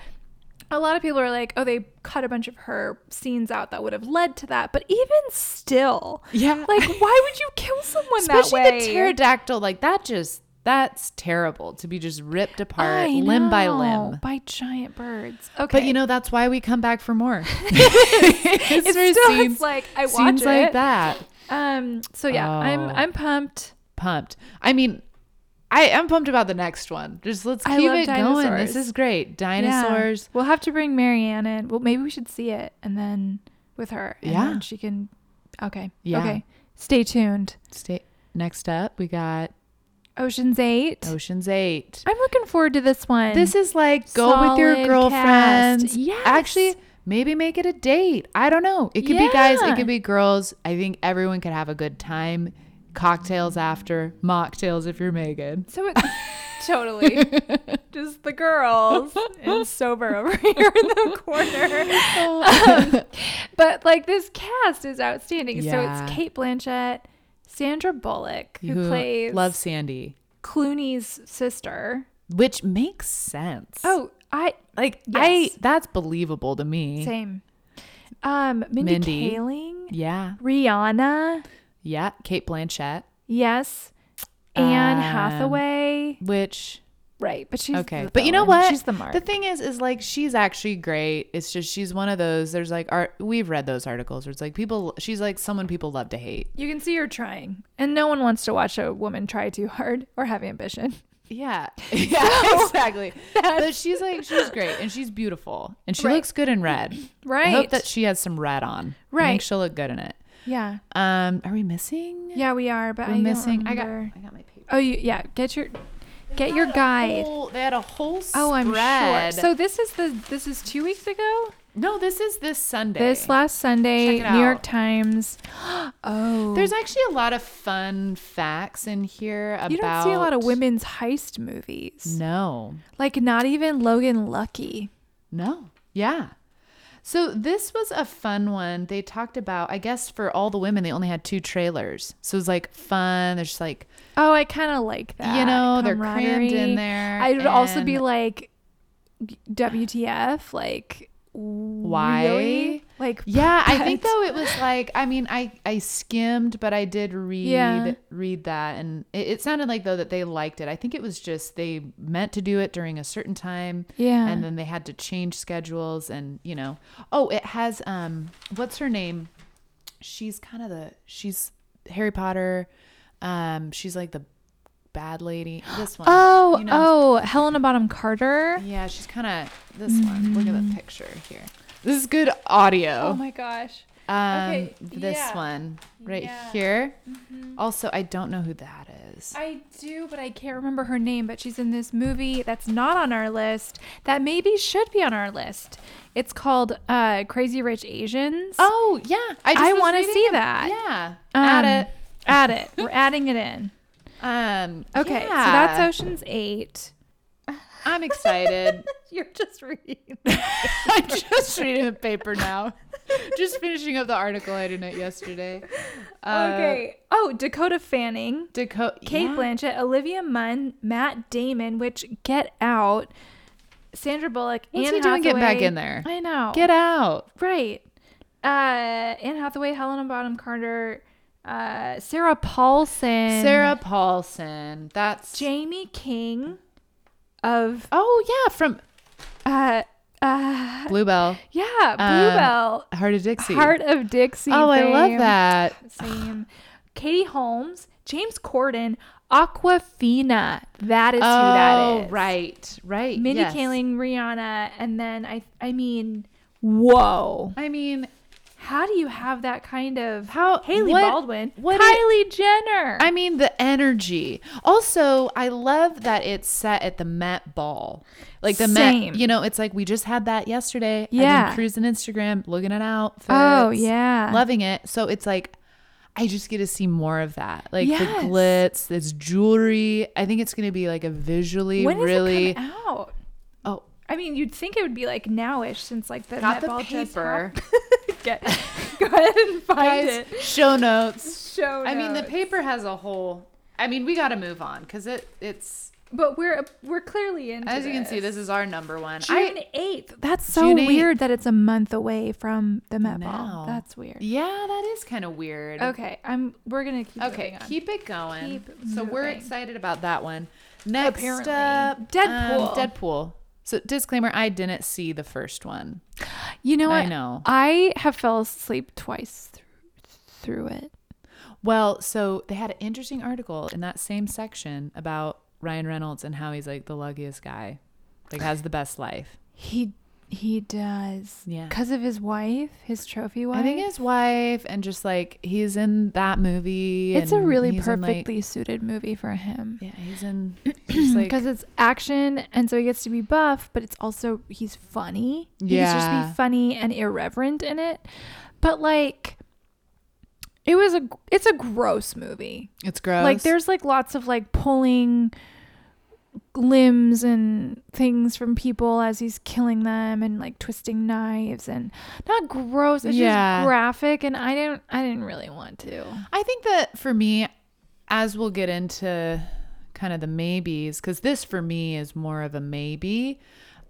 Speaker 2: a lot of people are like, oh, they cut a bunch of her scenes out that would have led to that. But even still,
Speaker 1: Yeah.
Speaker 2: like, why would you kill someone
Speaker 1: Especially
Speaker 2: that way?
Speaker 1: the pterodactyl. Like that just that's terrible to be just ripped apart
Speaker 2: I
Speaker 1: limb by
Speaker 2: know,
Speaker 1: limb.
Speaker 2: by giant birds. Okay,
Speaker 1: But you know that's why we come back for more.
Speaker 2: it's
Speaker 1: it's for
Speaker 2: still
Speaker 1: scenes-
Speaker 2: it's like I watch
Speaker 1: Seems
Speaker 2: it.
Speaker 1: like that.
Speaker 2: Um. So yeah, I'm
Speaker 1: Oh.
Speaker 2: I'm pumped.
Speaker 1: Pumped. I mean, I am pumped about the next one. Just let's
Speaker 2: I
Speaker 1: keep
Speaker 2: love
Speaker 1: it going.
Speaker 2: dinosaurs.
Speaker 1: This is great.
Speaker 2: Yeah.
Speaker 1: Dinosaurs.
Speaker 2: We'll have to bring Marianne in. Well, maybe we should see it and then with her. And
Speaker 1: Yeah.
Speaker 2: then she can. Okay.
Speaker 1: Yeah.
Speaker 2: Okay. Stay tuned.
Speaker 1: Stay. Next up, we got
Speaker 2: Ocean's 8.
Speaker 1: Ocean's Eight.
Speaker 2: I'm looking forward to this one.
Speaker 1: Oh. This is like go with your
Speaker 2: Solid
Speaker 1: girlfriends.
Speaker 2: cast. Yes.
Speaker 1: Actually, maybe make it a date. I don't know. It could be guys, it
Speaker 2: Yeah.
Speaker 1: could be girls. I think everyone could have a good time. Cocktails after, mocktails if you're Megan.
Speaker 2: So it's totally just the girls and sober over here in the corner. Um, but like this cast is outstanding. So
Speaker 1: Yeah.
Speaker 2: it's Kate Blanchett, Sandra Bullock, who, plays
Speaker 1: Love Sandy,
Speaker 2: Clooney's sister.
Speaker 1: which makes sense.
Speaker 2: Oh, I
Speaker 1: like
Speaker 2: yes.
Speaker 1: I that's believable to me.
Speaker 2: same. Um, Mindy,
Speaker 1: Mindy.
Speaker 2: Kaling,
Speaker 1: Yeah.
Speaker 2: Rihanna,
Speaker 1: Yeah, Kate Blanchett,
Speaker 2: yes, Anne
Speaker 1: Um,
Speaker 2: Hathaway.
Speaker 1: which
Speaker 2: Right, but she's
Speaker 1: okay
Speaker 2: the
Speaker 1: but you know
Speaker 2: villain.
Speaker 1: what
Speaker 2: She's the mark.
Speaker 1: the thing is is like she's actually great it's just she's one of those there's like art we've read those articles where it's like people she's like someone people love to hate
Speaker 2: You can see you're trying, and no one wants to watch a woman try too hard or have ambition.
Speaker 1: yeah yeah exactly but she's like she's great and she's beautiful and she
Speaker 2: Right.
Speaker 1: looks good in red
Speaker 2: Right.
Speaker 1: i hope that she has some red on i
Speaker 2: Right.
Speaker 1: think she'll look good in it
Speaker 2: yeah.
Speaker 1: um are we missing
Speaker 2: Yeah, we are, but
Speaker 1: we're
Speaker 2: I'm
Speaker 1: missing i got i
Speaker 2: remember.
Speaker 1: got my paper
Speaker 2: Oh, you, yeah. Get your, get your guide.
Speaker 1: Whole- they had a whole Oh, spread.
Speaker 2: Oh, I'm sure. So this is the this is two weeks ago.
Speaker 1: no, this is this Sunday.
Speaker 2: This last Sunday,
Speaker 1: Check it
Speaker 2: New York
Speaker 1: out.
Speaker 2: Times. oh,
Speaker 1: There's actually a lot of fun facts in here about.
Speaker 2: you don't see a lot of women's heist movies.
Speaker 1: No,
Speaker 2: Like not even Logan Lucky.
Speaker 1: no, yeah. So this was a fun one. They talked about, I guess, for all the women, they only had two trailers. So it was like fun. There's just like,
Speaker 2: Oh, I kind of like that.
Speaker 1: you know, they're crammed
Speaker 2: camaraderie.
Speaker 1: in there.
Speaker 2: I would also be
Speaker 1: and-
Speaker 2: like, WTF? Like,
Speaker 1: Why?
Speaker 2: really? Like,
Speaker 1: yeah. I think
Speaker 2: that-
Speaker 1: though it was like, I mean, I I skimmed, but I did read
Speaker 2: Yeah.
Speaker 1: read that, and it, it sounded like though that they liked it. I think it was just they meant to do it during a certain time.
Speaker 2: yeah.
Speaker 1: and then they had to change schedules and you know oh it has um what's her name she's kind of the she's harry potter um she's like the bad lady this one.
Speaker 2: oh,
Speaker 1: you know?
Speaker 2: oh, Helena Bottom Carter.
Speaker 1: yeah she's kind of this one look
Speaker 2: Mm-hmm.
Speaker 1: at the picture here this is good audio
Speaker 2: Oh my gosh.
Speaker 1: um
Speaker 2: okay,
Speaker 1: this
Speaker 2: yeah.
Speaker 1: one right
Speaker 2: Yeah. Mm-hmm.
Speaker 1: here also i don't know who that is
Speaker 2: I do, but I can't remember her name. But she's in this movie that's not on our list. That maybe should be on our list. It's called uh, Crazy Rich Asians.
Speaker 1: oh yeah i, just
Speaker 2: I
Speaker 1: was
Speaker 2: wanna
Speaker 1: reading
Speaker 2: see
Speaker 1: ab-
Speaker 2: that.
Speaker 1: yeah
Speaker 2: Um,
Speaker 1: add it
Speaker 2: Add it. We're adding it in.
Speaker 1: um
Speaker 2: Okay, so
Speaker 1: yeah.
Speaker 2: that's Ocean's Eight.
Speaker 1: i'm excited
Speaker 2: You're just reading.
Speaker 1: I'm just reading the paper now. Just finishing up the article I did it yesterday. Uh,
Speaker 2: okay. Oh, Dakota Fanning,
Speaker 1: Dakota.
Speaker 2: Kate Blanchett, Olivia Munn, Matt Damon. Which Get Out, Sandra Bullock,
Speaker 1: What's
Speaker 2: Anne
Speaker 1: he doing getting back
Speaker 2: Hathaway.
Speaker 1: in there?
Speaker 2: I know.
Speaker 1: Get out.
Speaker 2: right. Uh, Anne Hathaway, Helena Bonham Carter, uh, Sarah Paulson,
Speaker 1: Sarah Paulson. That's.
Speaker 2: Jamie King, of
Speaker 1: oh, yeah. From
Speaker 2: uh, uh,
Speaker 1: Bluebell. Um,
Speaker 2: yeah, Bluebell,
Speaker 1: Heart of Dixie.
Speaker 2: Heart of Dixie.
Speaker 1: oh, I love
Speaker 2: fame.
Speaker 1: that.
Speaker 2: Same. Katie Holmes, James Corden, Aquafina. That is who that
Speaker 1: Oh,
Speaker 2: is.
Speaker 1: right. Right.
Speaker 2: Mindy
Speaker 1: yes.
Speaker 2: Kaling, Rihanna, and then I I mean, whoa.
Speaker 1: I mean,
Speaker 2: How do you have that kind of
Speaker 1: How-
Speaker 2: Haley
Speaker 1: what-
Speaker 2: Baldwin,
Speaker 1: what i-
Speaker 2: Kylie Jenner?
Speaker 1: I mean, the energy. Also, I love that it's set at the Met Ball. Like the
Speaker 2: Same.
Speaker 1: Met, you know, it's like we just had that yesterday. I've
Speaker 2: Yeah.
Speaker 1: been cruising Instagram, looking at outfits.
Speaker 2: oh yeah.
Speaker 1: Loving it. So it's like, I just get to see more of that. Like
Speaker 2: Yes.
Speaker 1: the glitz, this jewelry. I think it's going to be like a visually
Speaker 2: when does
Speaker 1: really.
Speaker 2: it come out?
Speaker 1: Oh,
Speaker 2: I mean, you'd think it would be like nowish since like the
Speaker 1: Got the
Speaker 2: netball just
Speaker 1: paper.
Speaker 2: happened. Get, go ahead and find
Speaker 1: guys,
Speaker 2: it.
Speaker 1: show notes.
Speaker 2: Show
Speaker 1: I mean, the
Speaker 2: notes.
Speaker 1: paper has a whole. I mean, we got to move on because it, it's,
Speaker 2: but we're we're clearly into
Speaker 1: as you can see, this is our number one. I,
Speaker 2: June eighth. That's so
Speaker 1: June 8th.
Speaker 2: weird that it's a month away from the Met Ball.
Speaker 1: know.
Speaker 2: That's weird.
Speaker 1: Yeah, that is kind of weird.
Speaker 2: Okay, I'm. We're gonna keep.
Speaker 1: Okay,
Speaker 2: moving on.
Speaker 1: keep it going.
Speaker 2: Keep
Speaker 1: so we're
Speaker 2: moving.
Speaker 1: excited about that one. Next
Speaker 2: Apparently.
Speaker 1: up, um,
Speaker 2: Deadpool.
Speaker 1: Deadpool. So disclaimer, I didn't see the first one.
Speaker 2: You know
Speaker 1: I
Speaker 2: what?
Speaker 1: know.
Speaker 2: I have fell asleep twice through, through it.
Speaker 1: Well, so they had an interesting article in that same section about Ryan Reynolds and how he's like the luckiest guy, like has the best life.
Speaker 2: He He does.
Speaker 1: Yeah.
Speaker 2: Because of his wife, his trophy wife.
Speaker 1: I think his wife and just like he's in that movie.
Speaker 2: it's a
Speaker 1: and
Speaker 2: really
Speaker 1: he's in, like-
Speaker 2: perfectly suited movie for him.
Speaker 1: yeah, he's in. He's like,
Speaker 2: Because it's action, and so he gets to be buff, but it's also he's funny. He gets to just
Speaker 1: Yeah.
Speaker 2: be funny and irreverent in it. But like, it was a it's a gross movie.
Speaker 1: it's gross.
Speaker 2: Like there's like lots of like pulling limbs and things from people as he's killing them and like twisting knives and not gross it's
Speaker 1: Yeah.
Speaker 2: just graphic and I didn't I didn't really want to.
Speaker 1: I think that for me, as we'll get into kind of the maybes, because this for me is more of a maybe.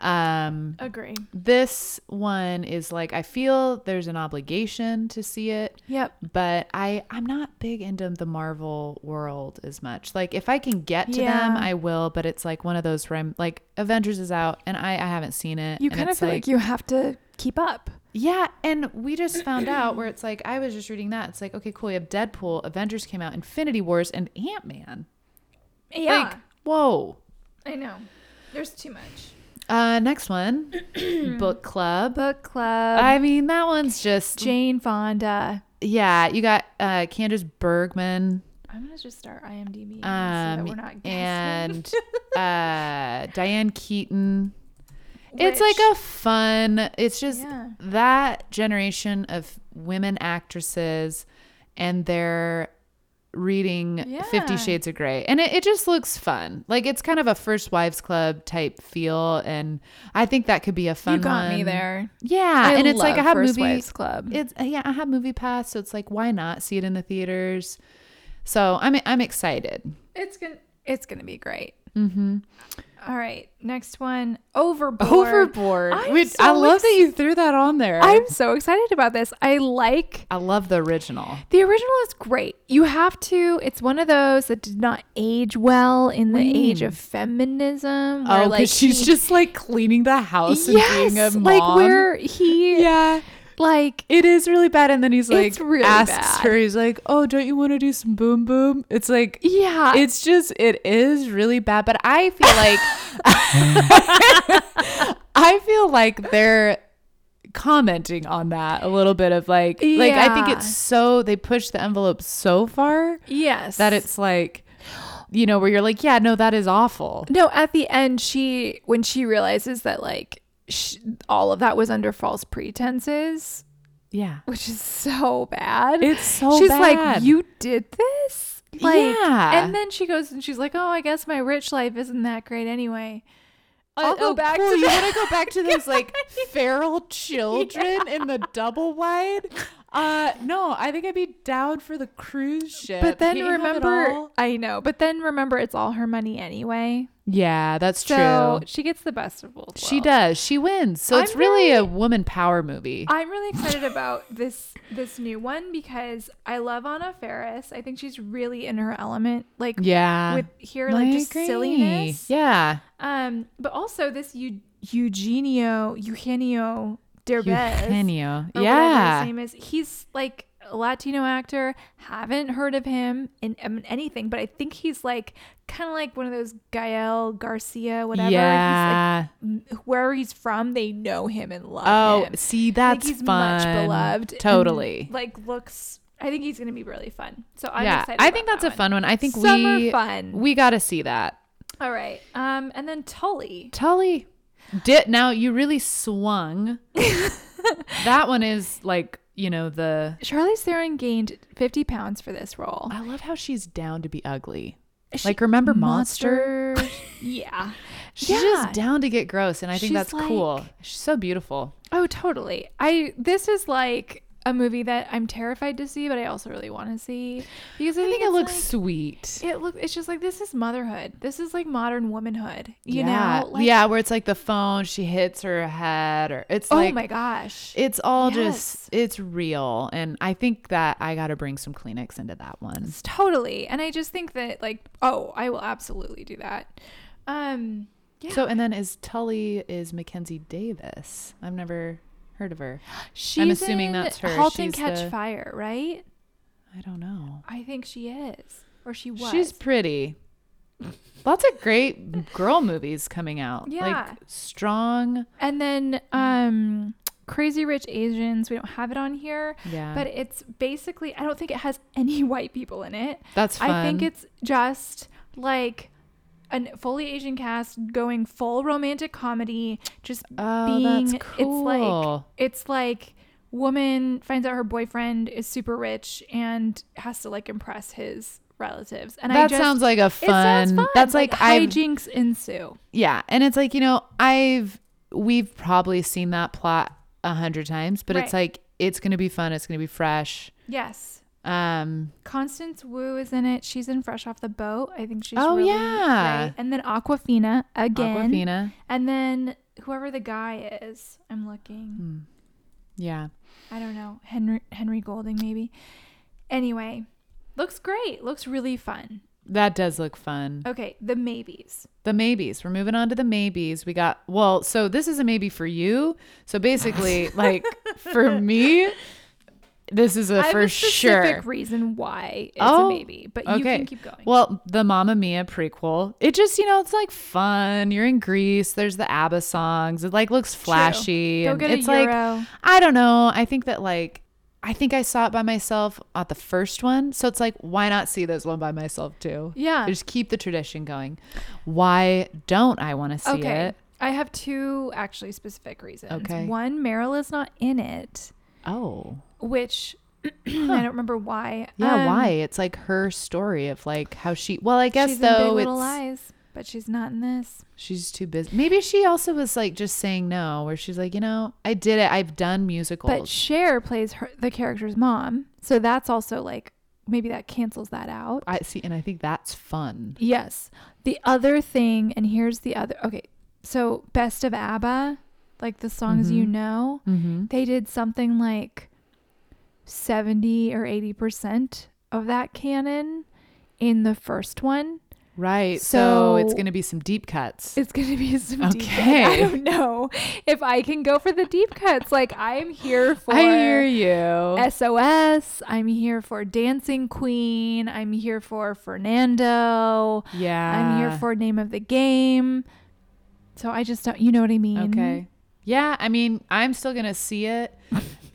Speaker 1: Um,
Speaker 2: Agree.
Speaker 1: this one is like I feel there's an obligation to see it,
Speaker 2: Yep.
Speaker 1: but I I'm not big into the Marvel world as much. Like if I can get to
Speaker 2: Yeah.
Speaker 1: them, I will. But it's like one of those where I'm like Avengers is out, and I I haven't seen it.
Speaker 2: You
Speaker 1: and
Speaker 2: kind of
Speaker 1: it's
Speaker 2: feel like, you have to keep up.
Speaker 1: yeah, and we just found out where it's like I was just reading that. It's like, okay, cool, you have Deadpool, Avengers came out, Infinity Wars, and Ant Man. Like, whoa.
Speaker 2: I know. There's too much.
Speaker 1: Uh next one. Book Club.
Speaker 2: Book club.
Speaker 1: I mean, that one's just
Speaker 2: Jane Fonda.
Speaker 1: yeah, you got uh Candace Bergman
Speaker 2: I'm gonna just start IMDb so that
Speaker 1: um
Speaker 2: we're not guessing.
Speaker 1: and uh Diane Keaton. It's
Speaker 2: Which-
Speaker 1: like a fun. It's just
Speaker 2: Yeah.
Speaker 1: that generation of women actresses, and they're reading Fifty
Speaker 2: Yeah.
Speaker 1: Shades of Grey, and it, it just looks fun. Like it's kind of a first wives club type feel, and I think that could be a fun.
Speaker 2: you got me
Speaker 1: one.
Speaker 2: there.
Speaker 1: Yeah, and it's like I
Speaker 2: love
Speaker 1: have
Speaker 2: First
Speaker 1: movie.
Speaker 2: Wives Club.
Speaker 1: It's uh, yeah, I have movie pass, so it's like why not see it in the theaters? So I'm I'm excited.
Speaker 2: It's gonna it's gonna be great.
Speaker 1: Mm-hmm.
Speaker 2: All right, next one. Overboard.
Speaker 1: Overboard.
Speaker 2: I'm
Speaker 1: Which- I
Speaker 2: so
Speaker 1: love that
Speaker 2: ex-
Speaker 1: you threw that on there.
Speaker 2: I'm so excited about this. I like
Speaker 1: I love the original.
Speaker 2: the original is great. You have to. It's one of those that did not age well in the
Speaker 1: do you
Speaker 2: age
Speaker 1: mean?
Speaker 2: of feminism.
Speaker 1: Oh,
Speaker 2: where,
Speaker 1: because
Speaker 2: like
Speaker 1: she's
Speaker 2: he-
Speaker 1: just like cleaning the house and being
Speaker 2: yes,
Speaker 1: a mom.
Speaker 2: like where he
Speaker 1: yeah,
Speaker 2: like
Speaker 1: it is really bad. And then he's like,
Speaker 2: It's really
Speaker 1: asks
Speaker 2: bad.
Speaker 1: her, he's like, oh, don't you want to do some boom boom? It's like,
Speaker 2: yeah.
Speaker 1: it's just, it is really bad. But I feel like, I feel like they're commenting on that a little bit of like, like I think
Speaker 2: Yeah.
Speaker 1: it's so they push the envelope so far
Speaker 2: yes.
Speaker 1: that it's like, you know, where you're like, yeah, no, that is awful.
Speaker 2: No, at the end, she when she realizes that like sh all of that was under false pretenses,
Speaker 1: Yeah.
Speaker 2: which is so bad.
Speaker 1: It's so
Speaker 2: she's
Speaker 1: bad.
Speaker 2: like, you did this, like,
Speaker 1: Yeah.
Speaker 2: and then she goes and she's like, oh, I guess my rich life isn't that great anyway. I'll,
Speaker 1: Oh,
Speaker 2: go back
Speaker 1: cool.
Speaker 2: to
Speaker 1: you
Speaker 2: the-
Speaker 1: want to go back to those like feral children in the double wide? Uh, no, I think I'd be down for the cruise ship.
Speaker 2: But then
Speaker 1: Can't you have it
Speaker 2: remember,
Speaker 1: all?
Speaker 2: I know. But then remember, it's all her money anyway.
Speaker 1: yeah, that's
Speaker 2: So
Speaker 1: true.
Speaker 2: she gets the best of both.
Speaker 1: She
Speaker 2: worlds.
Speaker 1: does. She wins. So it's
Speaker 2: I'm
Speaker 1: really a woman power movie.
Speaker 2: I'm really excited about this this new one because I love Anna Ferris. I think she's really in her element, like
Speaker 1: yeah,
Speaker 2: with here,
Speaker 1: I
Speaker 2: like just
Speaker 1: agree.
Speaker 2: silliness.
Speaker 1: Yeah,
Speaker 2: Um, but also this Eu- Eugenio Eugenio Derbez,
Speaker 1: Eugenio.
Speaker 2: or whatever his
Speaker 1: Yeah,
Speaker 2: name is. He's like a Latino actor. Haven't heard of him in um, anything, but I think he's like kind of like one of those Gael Garcia, whatever.
Speaker 1: yeah.
Speaker 2: He's like, wherever he's from, they know him and love
Speaker 1: oh,
Speaker 2: him.
Speaker 1: see,
Speaker 2: I think
Speaker 1: that's
Speaker 2: he's
Speaker 1: fun.
Speaker 2: much beloved. and,
Speaker 1: Totally.
Speaker 2: like looks. I think he's gonna be really fun. So I'm
Speaker 1: yeah,
Speaker 2: excited.
Speaker 1: I think
Speaker 2: about
Speaker 1: that's
Speaker 2: that
Speaker 1: a fun one. I think
Speaker 2: one. summer
Speaker 1: we
Speaker 2: fun.
Speaker 1: we got to see that.
Speaker 2: All right. Um, and then Tully.
Speaker 1: Tully did now you really swung. that one is like, you know, the
Speaker 2: Charlize Theron gained 50 pounds for this role.
Speaker 1: I love how she's down to be ugly.
Speaker 2: She-
Speaker 1: like remember Monster?
Speaker 2: yeah.
Speaker 1: She's just down to get gross and I think
Speaker 2: She's
Speaker 1: that's cool.
Speaker 2: like-
Speaker 1: She's so beautiful.
Speaker 2: Oh, totally. I this is like a movie that I'm terrified to see, but I also really want to see because I,
Speaker 1: I think it
Speaker 2: it's
Speaker 1: looks
Speaker 2: like-
Speaker 1: sweet.
Speaker 2: it look. It's just like this is motherhood. This is like modern womanhood. You
Speaker 1: yeah.
Speaker 2: know. Like,
Speaker 1: yeah, where it's like the phone, she hits her head or it's
Speaker 2: Oh
Speaker 1: like
Speaker 2: my gosh.
Speaker 1: it's all
Speaker 2: Yes.
Speaker 1: just it's real and I think that I got to bring some Kleenex into that one.
Speaker 2: totally. And I just think that like oh, I will absolutely do that. Um. Yeah.
Speaker 1: So and then is Tully is Mackenzie Davis. I've never heard of her.
Speaker 2: She's
Speaker 1: assuming
Speaker 2: in
Speaker 1: that's her.
Speaker 2: Halt and
Speaker 1: She's
Speaker 2: Catch
Speaker 1: the-
Speaker 2: Fire, right?
Speaker 1: I don't know.
Speaker 2: I think she is, or she was.
Speaker 1: She's pretty. Lots of great girl movies coming out.
Speaker 2: Yeah.
Speaker 1: Like strong.
Speaker 2: And then
Speaker 1: Mm-hmm.
Speaker 2: um Crazy Rich Asians, we don't have it on here,
Speaker 1: Yeah.
Speaker 2: but it's basically I don't think it has any white people in it.
Speaker 1: That's fun.
Speaker 2: I think it's just like an fully Asian cast going full romantic comedy, just
Speaker 1: oh,
Speaker 2: being
Speaker 1: that's cool.
Speaker 2: it's like it's like woman finds out her boyfriend is super rich and has to like impress his relatives. And I
Speaker 1: that
Speaker 2: just
Speaker 1: sounds like a
Speaker 2: it sounds
Speaker 1: fun. That's like, I've
Speaker 2: hijinks ensue.
Speaker 1: yeah, and it's like you know I've we've probably seen that plot a hundred times, but it's like it's gonna be fun. It's gonna be fresh.
Speaker 2: Yes.
Speaker 1: Um,
Speaker 2: Constance Wu is in it. She's in Fresh Off the Boat. I think she's
Speaker 1: Oh,
Speaker 2: really
Speaker 1: yeah.
Speaker 2: great. And then Aquafina again.
Speaker 1: Aquafina.
Speaker 2: And then whoever the guy is, I'm looking.
Speaker 1: Yeah.
Speaker 2: I don't know. Henry Henry Golding maybe. Anyway, looks great. Looks really fun.
Speaker 1: That does look fun.
Speaker 2: Okay, the maybes.
Speaker 1: The maybes. We're moving on to the maybes. We got well, so this is a maybe for you. So basically, like for me, this is a
Speaker 2: I have
Speaker 1: for
Speaker 2: a
Speaker 1: sure.
Speaker 2: specific reason why it's
Speaker 1: Oh,
Speaker 2: a maybe, but you can keep going.
Speaker 1: Well, the Mamma Mia prequel. It just, you know, it's like fun. You're in Greece. There's the ABBA songs. It like looks flashy.
Speaker 2: Go
Speaker 1: and
Speaker 2: get a
Speaker 1: it's like
Speaker 2: euro.
Speaker 1: I don't know. I think that like I think I saw it by myself at the first one. So it's like, why not see this one by myself too?
Speaker 2: Yeah.
Speaker 1: Just keep the tradition going. Why don't I want to see
Speaker 2: okay.
Speaker 1: it?
Speaker 2: I have two actually specific reasons.
Speaker 1: Okay.
Speaker 2: One, Meryl is not in it.
Speaker 1: Oh.
Speaker 2: which I don't remember why.
Speaker 1: Yeah,
Speaker 2: Um,
Speaker 1: why? It's like her story of like how she well, I guess
Speaker 2: she's in Big
Speaker 1: though
Speaker 2: Little
Speaker 1: it's
Speaker 2: Lies, but she's not in this.
Speaker 1: she's too busy. Maybe she also was like just saying no, where she's like, you know, I did it. I've done musicals.
Speaker 2: But Cher plays her, the character's mom, so that's also like maybe that cancels that out.
Speaker 1: I see, and I think that's fun.
Speaker 2: Yes. The other thing, and here's the other. Okay, so Best of ABBA, like the songs you know,
Speaker 1: Mm-hmm.
Speaker 2: they did something like seventy or eighty percent of that canon in the first one.
Speaker 1: Right. So, it's
Speaker 2: So-
Speaker 1: gonna be some deep cuts.
Speaker 2: It's gonna be some deep cuts. I
Speaker 1: Okay.
Speaker 2: don't know if I can go for the deep cuts. Like I'm here for
Speaker 1: I hear you.
Speaker 2: SOS. I'm here for Dancing Queen. I'm here for Fernando.
Speaker 1: Yeah.
Speaker 2: I'm here for Name of the Game. So I just don't. You know what I mean?
Speaker 1: Okay. Yeah, I mean, I'm still gonna see it,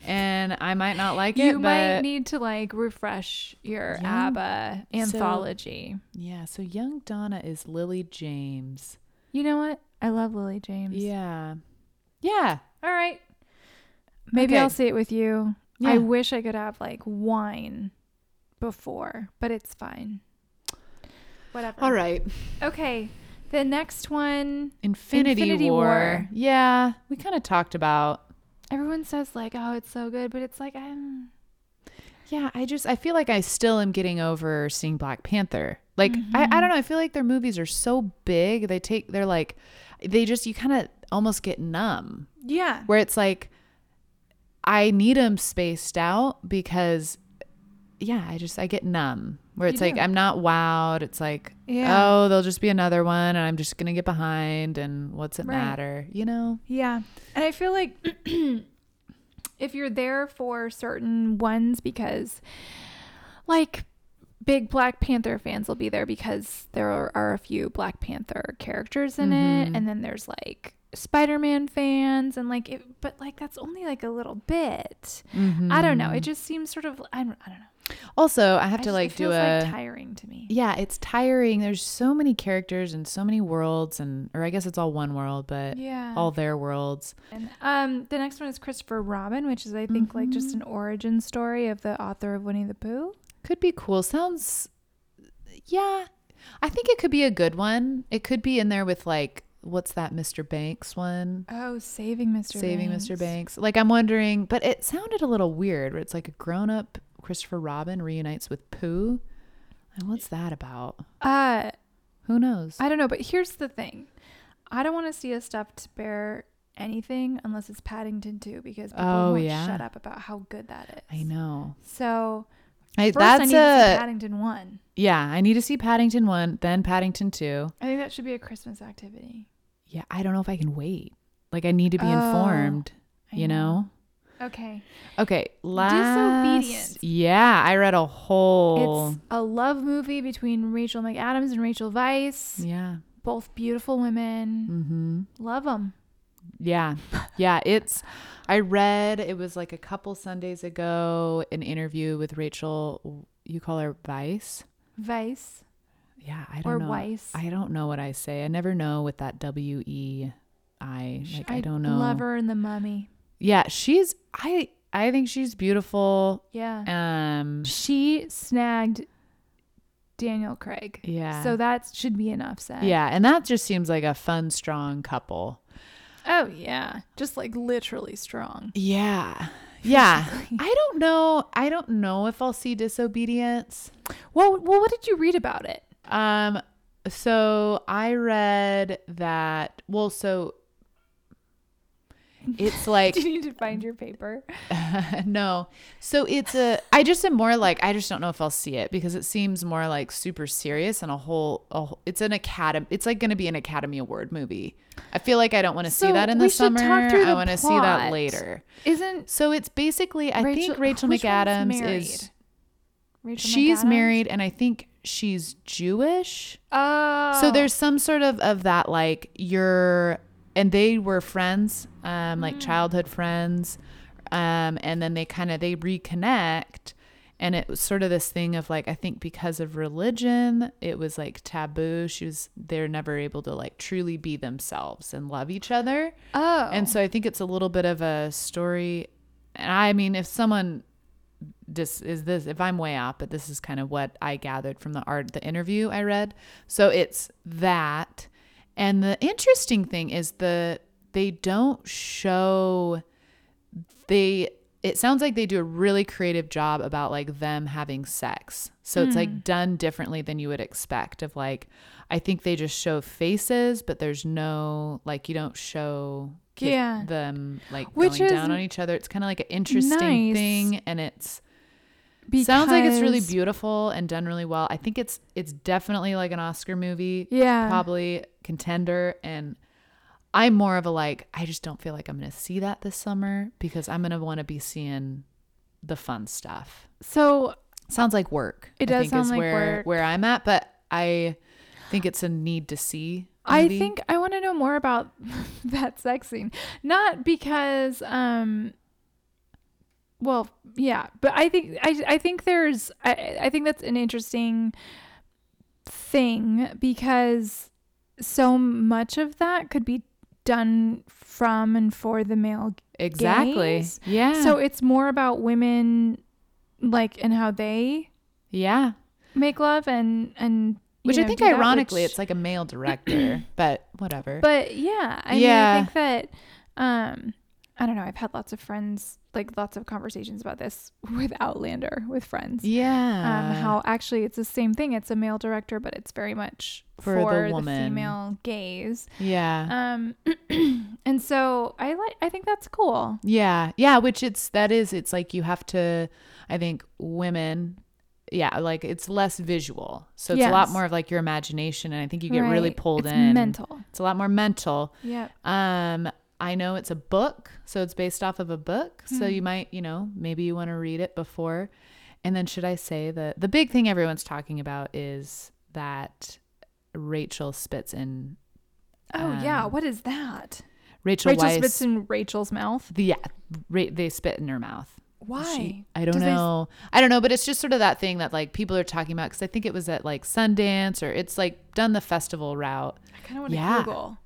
Speaker 1: and I might not like it,
Speaker 2: You
Speaker 1: but
Speaker 2: might need to like refresh your
Speaker 1: Yeah.
Speaker 2: ABBA anthology.
Speaker 1: yeah. So young Donna is Lily James.
Speaker 2: You know what? I love Lily James.
Speaker 1: Yeah. Yeah.
Speaker 2: All right. Maybe
Speaker 1: Okay.
Speaker 2: I'll see it with you.
Speaker 1: Yeah.
Speaker 2: I wish I could have like wine before, but it's fine. Whatever.
Speaker 1: All right.
Speaker 2: Okay. The next one,
Speaker 1: Infinity,
Speaker 2: Infinity
Speaker 1: War.
Speaker 2: War.
Speaker 1: Yeah, we kind of talked about.
Speaker 2: everyone says like, "Oh, it's so good," but it's like, I'm,
Speaker 1: Yeah, I just I feel like I still am getting over seeing Black Panther. Like I, I don't know, I feel like their movies are so big. They take they're like they just you kind of almost get numb.
Speaker 2: yeah,
Speaker 1: where it's like I need them spaced out because yeah, I just I get numb. Where it's
Speaker 2: You
Speaker 1: like
Speaker 2: do.
Speaker 1: I'm not wowed. It's like
Speaker 2: Yeah.
Speaker 1: oh, there'll just be another one, and I'm just gonna get behind. And what's it
Speaker 2: Right.
Speaker 1: matter? You know?
Speaker 2: yeah. And I feel like if you're there for certain ones, because like big Black Panther fans will be there because there are, are a few Black Panther characters in
Speaker 1: Mm-hmm.
Speaker 2: it, and then there's like Spider-Man fans and like it, but like that's only like a little bit. I don't know. It just seems sort of I don't, I don't know.
Speaker 1: Also, I
Speaker 2: I
Speaker 1: Mm. have to
Speaker 2: just-
Speaker 1: like
Speaker 2: it
Speaker 1: do
Speaker 2: feels,
Speaker 1: a
Speaker 2: like tiring to me.
Speaker 1: yeah. It's tiring. There's so many characters and so many worlds, and or I guess it's all one world, but
Speaker 2: Yeah.
Speaker 1: all their worlds.
Speaker 2: And, um the next one is Christopher Robin, which is I think like just
Speaker 1: Mm-hmm.
Speaker 2: an origin story of the author of Winnie the Pooh.
Speaker 1: Could be cool. Sounds, yeah. I think it could be a good one. It could be in there with like, what's that Mr. Banks one?
Speaker 2: Oh, Saving Mr.
Speaker 1: Saving
Speaker 2: Banks.
Speaker 1: Mr. Banks. Like, I'm wondering, but it sounded a little weird where it's like a grown up Christopher Robin reunites with Pooh. And what's that about?
Speaker 2: Uh
Speaker 1: Who knows?
Speaker 2: I don't know, but here's the thing. I don't want to see a stuffed bear anything unless it's Paddington 2 because people
Speaker 1: Oh,
Speaker 2: won't
Speaker 1: yeah.
Speaker 2: shut up about how good that is.
Speaker 1: I know.
Speaker 2: So
Speaker 1: I,
Speaker 2: first I
Speaker 1: that's
Speaker 2: need to see
Speaker 1: a,
Speaker 2: Paddington 1.
Speaker 1: yeah, I need to see Paddington 1, then Paddington 2.
Speaker 2: I think that should be a Christmas activity.
Speaker 1: Yeah, I don't know if I can wait. Like, I need to be
Speaker 2: Oh,
Speaker 1: informed,
Speaker 2: I
Speaker 1: you know?
Speaker 2: Okay.
Speaker 1: Okay, last.
Speaker 2: Disobedient.
Speaker 1: Yeah, I read a whole.
Speaker 2: It's a love movie between Rachel McAdams and Rachel Weisz.
Speaker 1: yeah.
Speaker 2: Both beautiful women.
Speaker 1: Mm-hmm.
Speaker 2: Love them.
Speaker 1: Yeah. Yeah. It's, I read, it was like a couple Sundays ago, an interview with Rachel. You call her Vice?
Speaker 2: Weiss
Speaker 1: Yeah. I don't
Speaker 2: or
Speaker 1: know.
Speaker 2: Weiss.
Speaker 1: I don't know what I say. I never know with that W E I. Like, I, don't know.
Speaker 2: Love her in the mummy.
Speaker 1: Yeah. She's, I, I think she's beautiful.
Speaker 2: Yeah.
Speaker 1: Um,
Speaker 2: she snagged Daniel Craig.
Speaker 1: yeah.
Speaker 2: So that should be enough said.
Speaker 1: yeah. And that just seems like a fun, strong couple.
Speaker 2: Oh yeah. Just like literally strong.
Speaker 1: Yeah. Yeah. I don't know. I don't know if I'll see disobedience.
Speaker 2: Well, well, what did you read about it?
Speaker 1: Um, so I read that. Well, so it's like
Speaker 2: Do you need to find your paper?
Speaker 1: no. So it's a. I just am more like I just don't know if I'll see it because it seems more like super serious and a whole. A whole it's an academy. It's like going to be an Academy Award movie. I feel like I don't want to see
Speaker 2: So
Speaker 1: that in the
Speaker 2: we should
Speaker 1: summer.
Speaker 2: talk through
Speaker 1: I
Speaker 2: the
Speaker 1: want to see that
Speaker 2: plot.
Speaker 1: later.
Speaker 2: Isn't
Speaker 1: So it's basically I think Rachel
Speaker 2: which one's
Speaker 1: McAdams
Speaker 2: married?
Speaker 1: is
Speaker 2: Rachel
Speaker 1: she's
Speaker 2: McAdams?
Speaker 1: married and I think she's Jewish.
Speaker 2: Oh.
Speaker 1: So there's some sort of of that like you're and they were friends, um, like childhood friends, um, and then they kind of they reconnect, and it was sort of this thing of like I think because of religion, it was like taboo. She was they're never able to like truly be themselves and love each other,
Speaker 2: oh
Speaker 1: and so I think it's a little bit of a story. And I mean, if someone this is this if I'm way off, but this is kind of what I gathered from the art the interview I read. So it's that. And the interesting thing is the they don't show they it sounds like they do a really creative job about like them having sex. So it's
Speaker 2: Hmm.
Speaker 1: like done differently than you would expect of like I think they just show faces, but there's no like you don't show kiss-
Speaker 2: Yeah.
Speaker 1: them like
Speaker 2: Which
Speaker 1: going
Speaker 2: is
Speaker 1: down on each other. It's kind of like an interesting
Speaker 2: nice.
Speaker 1: thing and it's Sounds like it's really
Speaker 2: because-
Speaker 1: beautiful and done really well. I think it's it's definitely like an Oscar movie,
Speaker 2: Yeah.
Speaker 1: probably contender. And I'm more of a like, I just don't feel like I'm gonna see that this summer because I'm gonna want to be seeing the fun stuff.
Speaker 2: So
Speaker 1: Sounds like work.
Speaker 2: It
Speaker 1: I
Speaker 2: does
Speaker 1: think
Speaker 2: sound
Speaker 1: is
Speaker 2: like
Speaker 1: where
Speaker 2: work.
Speaker 1: where I'm at, but I think it's a need to see.
Speaker 2: I
Speaker 1: movie.
Speaker 2: think I want to know more about that sex scene. Not because um well, yeah, but I think I I think there's I I think that's an interesting thing because so much of that could be done from and for the male.
Speaker 1: exactly.
Speaker 2: gays.
Speaker 1: Yeah.
Speaker 2: So
Speaker 1: So
Speaker 2: it's more about women like and how they
Speaker 1: yeah,
Speaker 2: make love and and
Speaker 1: which I think ironically it's like a male director, but whatever.
Speaker 2: But yeah, I
Speaker 1: Yeah.
Speaker 2: mean, I think that um, I don't know. I've had lots of friends, like lots of conversations about this with Outlander with friends.
Speaker 1: yeah.
Speaker 2: Um, how actually it's the same thing. It's a male director, but it's very much
Speaker 1: For
Speaker 2: for,
Speaker 1: the
Speaker 2: the,
Speaker 1: woman. Uh.
Speaker 2: female gaze.
Speaker 1: Yeah.
Speaker 2: Um, and so I like. I think that's cool.
Speaker 1: Yeah. Yeah. Which it's, that is, it's like you have to, I think women, yeah, like it's less visual. So it's a lot
Speaker 2: Yes.
Speaker 1: more of like your imagination. And I think you get really
Speaker 2: Right.
Speaker 1: pulled
Speaker 2: It's
Speaker 1: in.
Speaker 2: Mental.
Speaker 1: It's a lot more mental.
Speaker 2: Yeah.
Speaker 1: Um, I know it's a book. So it's based off of a book. So
Speaker 2: Hmm.
Speaker 1: you might, you know, maybe you want to read it before. And then should I say that the big thing everyone's talking about is that Rachel spits in
Speaker 2: Oh yeah.
Speaker 1: Um,
Speaker 2: What is that?
Speaker 1: Rachel,
Speaker 2: Rachel
Speaker 1: Weisz-
Speaker 2: spits in Rachel's mouth.
Speaker 1: the, yeah, ra- they spit in her mouth.
Speaker 2: Why?
Speaker 1: She- I don't
Speaker 2: Does they s-
Speaker 1: know. I don't know, but it's just sort of that thing that like people are talking about because I think it was at like Sundance or it's like done the festival route.
Speaker 2: I kind of want to
Speaker 1: Yeah.
Speaker 2: Google.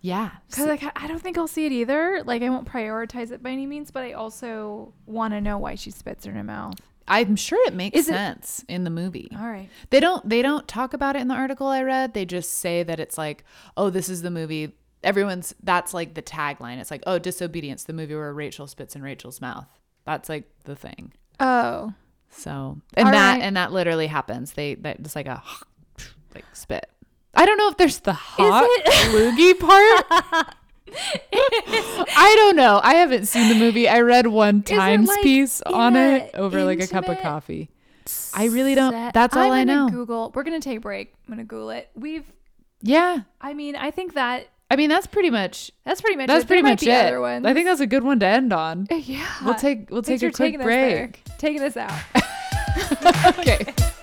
Speaker 1: Yeah.
Speaker 2: Because like I I don't think I'll see it either. Like I won't prioritize it by any means, but I also want to know why she spits in her mouth.
Speaker 1: I'm sure it makes
Speaker 2: Is it- Uh-huh.
Speaker 1: sense in the movie.
Speaker 2: All right.
Speaker 1: They don't they don't talk about it in the article I read. They just say that it's like, oh, this is the movie. Everyone's that's like the tagline. It's like, oh, disobedience, the movie where Rachel spits in Rachel's mouth. That's like the thing.
Speaker 2: Oh,
Speaker 1: So and
Speaker 2: All
Speaker 1: that
Speaker 2: right.
Speaker 1: and that literally happens. They that just like a like spit. I don't know if there's the hot loogie part. I don't know. I haven't seen the movie. I read one
Speaker 2: it,
Speaker 1: Times
Speaker 2: like,
Speaker 1: piece
Speaker 2: in
Speaker 1: on
Speaker 2: a
Speaker 1: it over like a cup of
Speaker 2: intimate
Speaker 1: coffee. I really don't.
Speaker 2: Set-
Speaker 1: That's all
Speaker 2: I'm
Speaker 1: I
Speaker 2: gonna
Speaker 1: know.
Speaker 2: Google. We're gonna take a break. I'm gonna Google it. We've.
Speaker 1: yeah,
Speaker 2: I mean, I think that
Speaker 1: I mean, that's pretty much
Speaker 2: That's pretty much
Speaker 1: that's
Speaker 2: it. There
Speaker 1: pretty
Speaker 2: might
Speaker 1: much
Speaker 2: be
Speaker 1: it.
Speaker 2: Other ones.
Speaker 1: I think that's a good one to end on.
Speaker 2: that's yeah.
Speaker 1: We'll take we'll
Speaker 2: Thanks
Speaker 1: take a
Speaker 2: for
Speaker 1: quick
Speaker 2: taking us there.
Speaker 1: break.
Speaker 2: Taking us out.
Speaker 1: okay.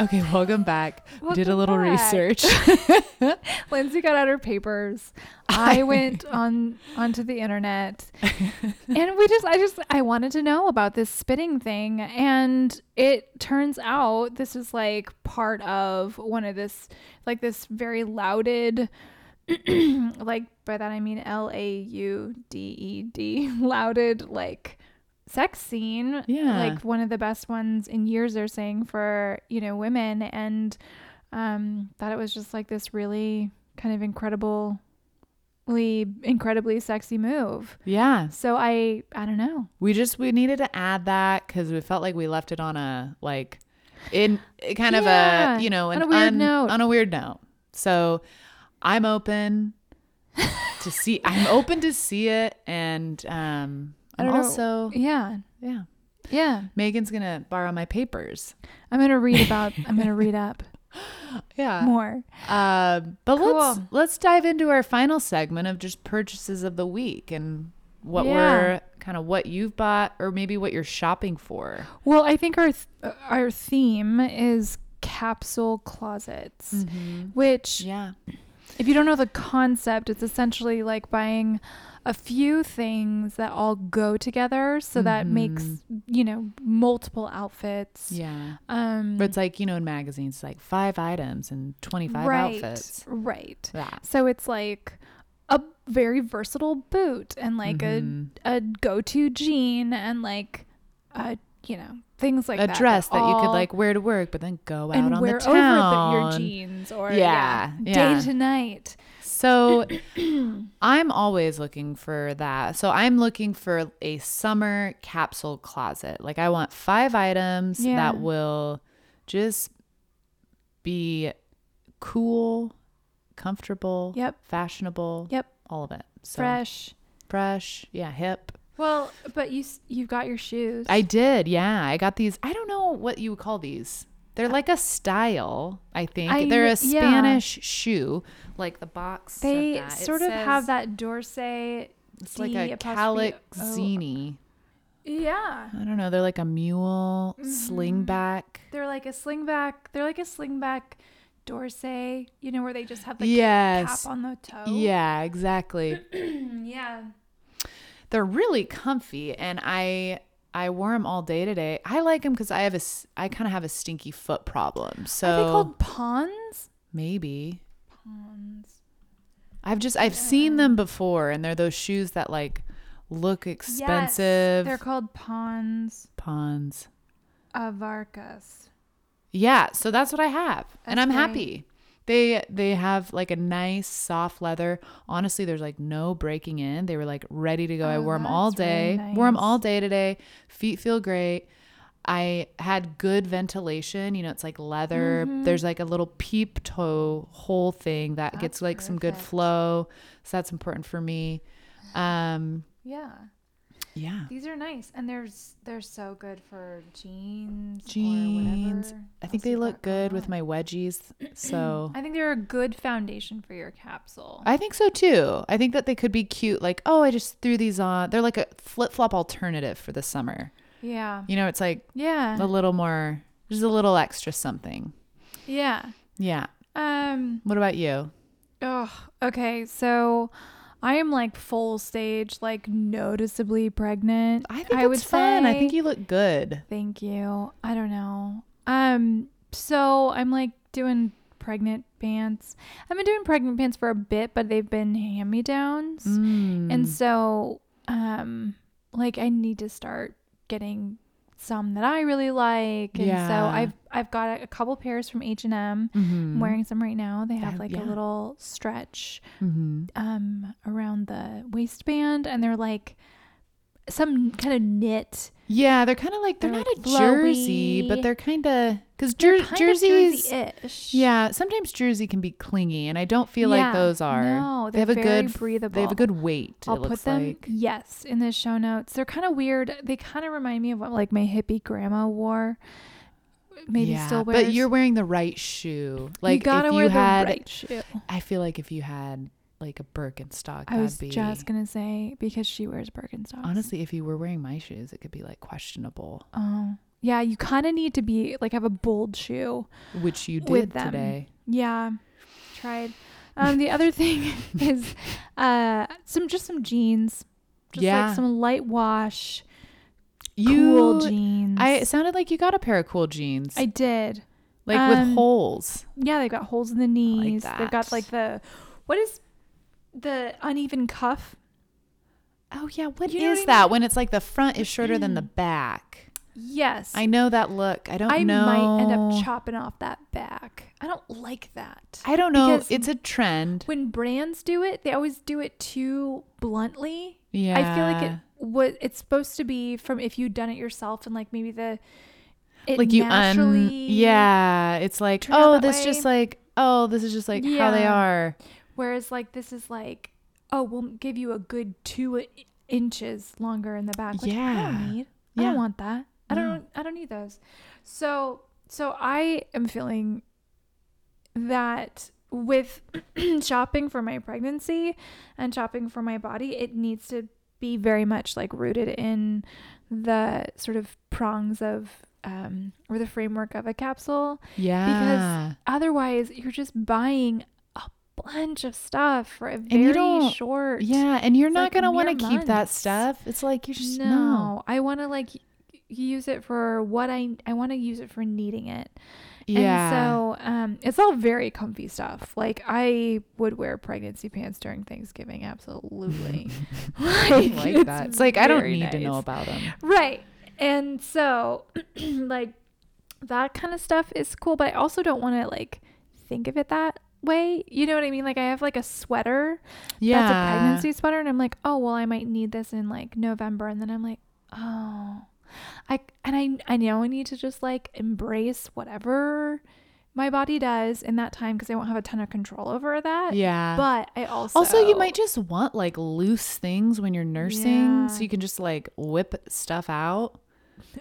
Speaker 1: okay, welcome back. We did a
Speaker 2: Welcome
Speaker 1: little
Speaker 2: back.
Speaker 1: research.
Speaker 2: Lindsay got out her papers. I went on onto the internet, and we just, I just, I wanted to know about this spitting thing, and it turns out this is like part of one of this, like this very lauded, like by that I mean L A U D E D, lauded like sex scene
Speaker 1: Yeah.
Speaker 2: like one of the best ones in years they're saying for you know women and um that it was just like this really kind of incredible incredibly sexy move
Speaker 1: yeah,
Speaker 2: so i i don't know
Speaker 1: we just we needed to add that because we felt like we left it on a like in eh, kind of
Speaker 2: Yeah,
Speaker 1: a you know an
Speaker 2: on a weird
Speaker 1: un-
Speaker 2: note.
Speaker 1: on a weird note. So I'm open to see. I'm open to see it, and um,
Speaker 2: I
Speaker 1: I'm
Speaker 2: don't know.
Speaker 1: also
Speaker 2: yeah
Speaker 1: yeah.
Speaker 2: yeah
Speaker 1: Megan's gonna borrow my papers.
Speaker 2: i'm gonna read about i'm gonna read up
Speaker 1: Yeah.
Speaker 2: more
Speaker 1: Um, but let's
Speaker 2: Cool.
Speaker 1: let's dive into our final segment of just purchases of the week and what
Speaker 2: Yeah.
Speaker 1: we're kind of what you've bought or maybe what you're shopping for.
Speaker 2: well i think our th- our theme is capsule closets which
Speaker 1: Yeah.
Speaker 2: if you don't know the concept, it's essentially like buying a few things that all go together so that makes, you know, multiple outfits.
Speaker 1: Yeah.
Speaker 2: Um
Speaker 1: But it's like, you know, in magazines, it's like five items and 25
Speaker 2: right.
Speaker 1: outfits.
Speaker 2: Right.
Speaker 1: Yeah.
Speaker 2: So it's like a very versatile boot and like
Speaker 1: Mm-hmm.
Speaker 2: a a go-to jean and like a, you know, things like
Speaker 1: a
Speaker 2: that.
Speaker 1: dress that you could
Speaker 2: all-
Speaker 1: like wear to work, but then go out
Speaker 2: and
Speaker 1: on
Speaker 2: wear
Speaker 1: the town.
Speaker 2: over the, your jeans or
Speaker 1: Yeah, yeah.
Speaker 2: day to night.
Speaker 1: So I'm always looking for that. So I'm looking for a summer capsule closet. Like I want five items
Speaker 2: Yeah.
Speaker 1: that will just be cool, comfortable,
Speaker 2: Yep.
Speaker 1: fashionable,
Speaker 2: Yep.
Speaker 1: all of it. So
Speaker 2: Fresh.
Speaker 1: fresh, yeah, hip.
Speaker 2: Well, but you s- you've got your shoes.
Speaker 1: I did, yeah. I got these. I don't know what you would call these. They're like a style, I think.
Speaker 2: I-
Speaker 1: They're
Speaker 2: yeah.
Speaker 1: a Spanish shoe, like the box. said
Speaker 2: They
Speaker 1: that. It
Speaker 2: sort of have
Speaker 1: says-
Speaker 2: that Dorsey.
Speaker 1: It's like
Speaker 2: D
Speaker 1: a
Speaker 2: apostrophe O.
Speaker 1: calixini.
Speaker 2: Yeah,
Speaker 1: I don't know. They're like a mule
Speaker 2: Mm-hmm.
Speaker 1: slingback.
Speaker 2: they're like a slingback. They're like a slingback Dorsey. You know where they just have the
Speaker 1: yes.
Speaker 2: cap on the toe. Mm,
Speaker 1: Yeah, exactly.
Speaker 2: yeah.
Speaker 1: They're really comfy, and I I wore them all day today. I like them because I have a s- I kind of have a stinky foot problem. So
Speaker 2: Are they called pawns?
Speaker 1: maybe
Speaker 2: Pawns.
Speaker 1: I've just I've seen them before, and they're those shoes that like look expensive.
Speaker 2: Yes, they're called pawns
Speaker 1: Pawns.
Speaker 2: avarcas.
Speaker 1: Yeah, so that's what I have, and
Speaker 2: That's
Speaker 1: I'm
Speaker 2: great.
Speaker 1: happy. They they have like a nice soft leather. Honestly, there's like no breaking in. They were like ready to go. I
Speaker 2: Oh,
Speaker 1: wore them all
Speaker 2: that's really
Speaker 1: day. Wore them
Speaker 2: nice.
Speaker 1: all day today. Feet feel great. I had good ventilation. You know, it's like leather. There's like a little peep toe hole thing that gets
Speaker 2: Mm-hmm. That's
Speaker 1: like some good
Speaker 2: perfect.
Speaker 1: flow. So that's important for me. Um,
Speaker 2: Yeah,
Speaker 1: yeah.
Speaker 2: these are nice, and they're s- they're so good for jeans.
Speaker 1: Jeans.
Speaker 2: Or whatever
Speaker 1: I think
Speaker 2: else
Speaker 1: they
Speaker 2: you've
Speaker 1: look
Speaker 2: got going
Speaker 1: good
Speaker 2: on.
Speaker 1: with my wedgies. So
Speaker 2: I think they're a good foundation for your capsule.
Speaker 1: I think so too. I think that they could be cute. Like, oh, I just threw these on. They're like a flip flop alternative for the summer.
Speaker 2: yeah.
Speaker 1: You know, it's like
Speaker 2: Yeah.
Speaker 1: a little more, just a little extra something.
Speaker 2: Yeah.
Speaker 1: Yeah.
Speaker 2: Um.
Speaker 1: What about you?
Speaker 2: Oh. Okay. So, I am like full stage, like noticeably pregnant.
Speaker 1: I think
Speaker 2: I
Speaker 1: it's
Speaker 2: would
Speaker 1: fun. I think
Speaker 2: say-
Speaker 1: you look good.
Speaker 2: Thank you. I don't know. Um. So I'm like doing pregnant pants. I've been doing pregnant pants for a bit, but they've been hand me downs,
Speaker 1: Mm.
Speaker 2: and so um, like I need to start getting some that I really like, and so
Speaker 1: Yeah.
Speaker 2: I've I've got a couple pairs from H and M.
Speaker 1: Mhm.
Speaker 2: I'm wearing some right now. They have
Speaker 1: Yeah,
Speaker 2: like
Speaker 1: yeah.
Speaker 2: a little stretch
Speaker 1: Mhm.
Speaker 2: um around the waistband and they're like some kind of knit.
Speaker 1: Yeah, they're kind of like they're,
Speaker 2: They're,
Speaker 1: not
Speaker 2: like,
Speaker 1: a jersey, but
Speaker 2: flowy.
Speaker 1: they're kind of because jer-
Speaker 2: kind of
Speaker 1: jerseys.
Speaker 2: jersey-ish.
Speaker 1: yeah, sometimes jersey can be clingy, and I don't feel
Speaker 2: Yeah.
Speaker 1: like those are.
Speaker 2: No,
Speaker 1: they have
Speaker 2: they're
Speaker 1: a
Speaker 2: very
Speaker 1: good.
Speaker 2: breathable.
Speaker 1: They have a good weight.
Speaker 2: I'll
Speaker 1: it looks
Speaker 2: put them
Speaker 1: like.
Speaker 2: yes in the show notes. They're kind of weird. They kind of remind me of what like my hippie grandma wore maybe
Speaker 1: Yeah,
Speaker 2: still wears.
Speaker 1: but you're wearing the right shoe.
Speaker 2: like
Speaker 1: Like
Speaker 2: you gotta
Speaker 1: if
Speaker 2: wear
Speaker 1: you
Speaker 2: the
Speaker 1: had,
Speaker 2: right shoe.
Speaker 1: I feel like if you had like a Birkenstock,
Speaker 2: I
Speaker 1: that'd
Speaker 2: was
Speaker 1: be
Speaker 2: just gonna say because she wears Birkenstocks.
Speaker 1: honestly. If you were wearing my shoes, it could be like questionable,
Speaker 2: Oh. Yeah, you kind of need to be like have a bold shoe.
Speaker 1: which you
Speaker 2: With
Speaker 1: did
Speaker 2: them.
Speaker 1: today.
Speaker 2: Yeah, tried. Um, the other thing is uh, some just some jeans, just
Speaker 1: Yeah.
Speaker 2: like some light wash,
Speaker 1: You,
Speaker 2: cool jeans.
Speaker 1: I it sounded like you got a pair of cool jeans,
Speaker 2: I did.
Speaker 1: like
Speaker 2: um,
Speaker 1: with holes.
Speaker 2: Yeah, they've got holes in the knees. they've got
Speaker 1: that.
Speaker 2: like the what is the uneven cuff?
Speaker 1: Oh yeah, what is
Speaker 2: you know what I
Speaker 1: that? When it's like the front is shorter than the back.
Speaker 2: Yes,
Speaker 1: I know that look. I don't
Speaker 2: I
Speaker 1: know.
Speaker 2: might end up chopping off that back. I don't like that.
Speaker 1: I don't know.
Speaker 2: because-
Speaker 1: It's a trend.
Speaker 2: when brands do it, they always do it too bluntly.
Speaker 1: Yeah,
Speaker 2: I feel like it what it's supposed to be from if you'd done it yourself and like maybe the it
Speaker 1: like you un
Speaker 2: naturally
Speaker 1: yeah it's like
Speaker 2: turn out
Speaker 1: oh
Speaker 2: that
Speaker 1: this
Speaker 2: way.
Speaker 1: just like oh this is just like how they
Speaker 2: Yeah.
Speaker 1: are
Speaker 2: Whereas like this is like oh we'll give you a good two i- inches longer in the back. Which I
Speaker 1: Yeah.
Speaker 2: don't need. I
Speaker 1: Yeah.
Speaker 2: don't want that. I
Speaker 1: No.
Speaker 2: don't. I don't need those. So so I am feeling that with shopping for my pregnancy and shopping for my body, it needs to be very much like rooted in the sort of prongs of um, or the framework of a capsule
Speaker 1: yeah
Speaker 2: otherwise you're just buying a bunch of stuff for a
Speaker 1: you
Speaker 2: very
Speaker 1: don't-
Speaker 2: short
Speaker 1: yeah and you're
Speaker 2: It's
Speaker 1: not
Speaker 2: like
Speaker 1: gonna want to
Speaker 2: mere
Speaker 1: keep that
Speaker 2: months.
Speaker 1: stuff it's like you just
Speaker 2: no,
Speaker 1: no,
Speaker 2: i want to like y- use it for what i i want to use it for needing it
Speaker 1: yeah
Speaker 2: and so um it's all very comfy stuff like i would wear pregnancy pants during thanksgiving absolutely
Speaker 1: I like that it's like i don't
Speaker 2: very
Speaker 1: need to know
Speaker 2: nice.
Speaker 1: about them
Speaker 2: Right. And so like that kind of stuff is cool, but I also don't want to like think of it that way. You know what I mean? Like I have like a sweater
Speaker 1: yeah
Speaker 2: that's a pregnancy sweater and I'm like, "Oh, well I might need this in like November." And then I'm like, "Oh. I and I I know I need to just like embrace whatever my body does in that time because I won't have a ton of control over that.
Speaker 1: yeah
Speaker 2: But I also
Speaker 1: also you might just want like loose things when you're nursing
Speaker 2: Yeah.
Speaker 1: so you can just like whip stuff out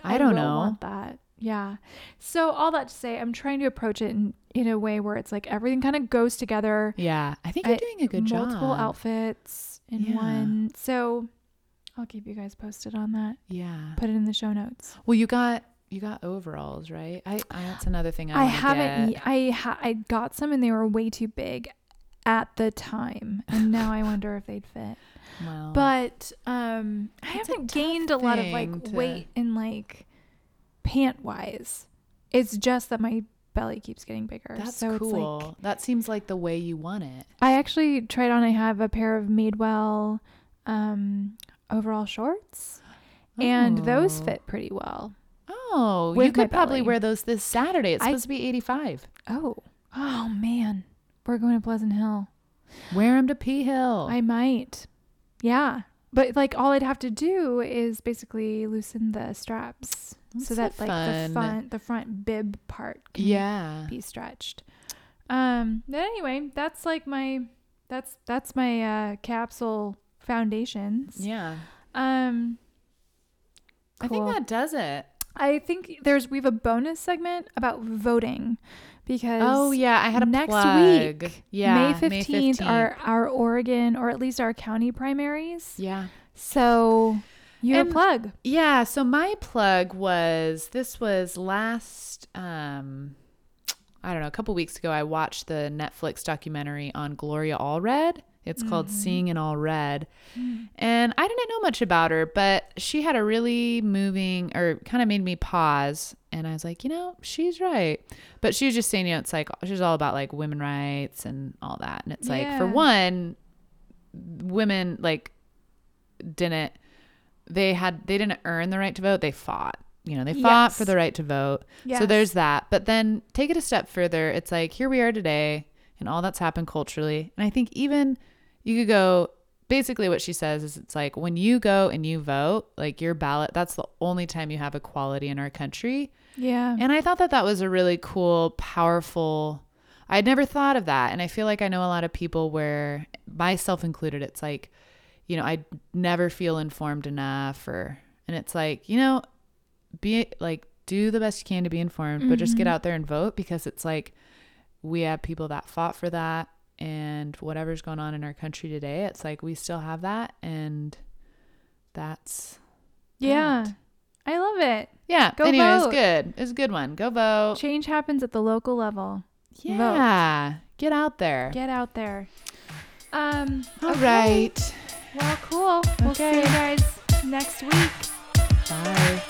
Speaker 1: I don't
Speaker 2: will
Speaker 1: know.
Speaker 2: Want that. Yeah. So all that to say, I'm trying to approach it in, in a way where it's like everything kind of goes together.
Speaker 1: yeah i think you're
Speaker 2: I-
Speaker 1: doing a good job
Speaker 2: Multiple outfits in
Speaker 1: Yeah.
Speaker 2: one. So I'll keep you guys posted on that.
Speaker 1: yeah
Speaker 2: Put it in the show notes.
Speaker 1: well you got you got overalls right i, I that's another thing i,
Speaker 2: I,
Speaker 1: wanna
Speaker 2: haven't.
Speaker 1: get.
Speaker 2: y- I ha- I got some and they were way too big at the time, and now I wonder if they'd fit.
Speaker 1: Wow.
Speaker 2: But um, I
Speaker 1: It's Oh. a
Speaker 2: haven't
Speaker 1: tough
Speaker 2: gained a lot of like
Speaker 1: thing to-
Speaker 2: weight in like pant wise. It's just that my belly keeps getting bigger.
Speaker 1: that's
Speaker 2: so
Speaker 1: cool.
Speaker 2: It's like,
Speaker 1: that seems like the way you want it.
Speaker 2: I actually tried on. I have a pair of Madewell um, overall shorts, and those
Speaker 1: Oh.
Speaker 2: fit pretty well.
Speaker 1: Oh, you
Speaker 2: with my
Speaker 1: could probably
Speaker 2: belly.
Speaker 1: wear those this Saturday. It's
Speaker 2: I-
Speaker 1: supposed to be 85.
Speaker 2: Oh, oh man, we're going to Pleasant Hill.
Speaker 1: Wear them to Pea Hill.
Speaker 2: I might, yeah. But like all I'd have to do is basically loosen the straps so
Speaker 1: That's
Speaker 2: that
Speaker 1: so
Speaker 2: like
Speaker 1: fun.
Speaker 2: the front the front bib part can
Speaker 1: yeah.
Speaker 2: be stretched. Um but anyway, that's like my that's that's my uh capsule foundations.
Speaker 1: Yeah.
Speaker 2: Um
Speaker 1: I think
Speaker 2: Cool.
Speaker 1: that does it.
Speaker 2: I think there's we have a bonus segment about voting because
Speaker 1: Oh, yeah. I had a
Speaker 2: next
Speaker 1: plug.
Speaker 2: week,
Speaker 1: Yeah.
Speaker 2: May 15th, are our Oregon or at least our county primaries.
Speaker 1: Yeah.
Speaker 2: So you have a
Speaker 1: And-
Speaker 2: plug.
Speaker 1: Yeah. So my plug was this was last, um, I don't know, a couple weeks ago. I watched the Netflix documentary on Gloria Allred. It's called Seeing in All Red. And I didn't know much about her, but she had a really moving or kind of made me pause. And I was like, you know, she's right. But she was just saying, you know, it's like, she's all about like women rights and all that. And it's like, for
Speaker 2: Yeah.
Speaker 1: one, women like didn't, they had, they didn't earn the right to vote. They fought, you know, they fought
Speaker 2: Yes.
Speaker 1: for the right to vote. So
Speaker 2: Yes.
Speaker 1: there's that. But then take it a step further. It's like here we are today and all that's happened culturally. And I think even you could go basically what she says is it's like when you go and you vote, like your ballot, that's the only time you have equality in our country.
Speaker 2: Yeah.
Speaker 1: And I thought that that was a really cool, powerful. I'd never thought of that. And I feel like I know a lot of people where, myself included, it's like, you know, I never feel informed enough or, and it's like, you know, be like, do the best you can to be informed, but just get
Speaker 2: Mm-hmm.
Speaker 1: out there and vote because it's like we have people that fought for that and whatever's going on in our country today, it's like we still have that and that's
Speaker 2: Yeah. I love it.
Speaker 1: yeah.
Speaker 2: Go
Speaker 1: anyway, it's
Speaker 2: vote.
Speaker 1: good. It's a good one. Go vote.
Speaker 2: Change happens at the local level. vote.
Speaker 1: Yeah. Get out there.
Speaker 2: Get out there. Um
Speaker 1: All
Speaker 2: okay.
Speaker 1: right.
Speaker 2: Well, cool. We'll see
Speaker 1: Okay.
Speaker 2: you guys next week.
Speaker 1: Bye.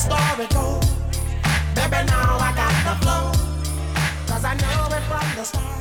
Speaker 3: Story goes, baby. Now I got the flow, cause I know it from the start.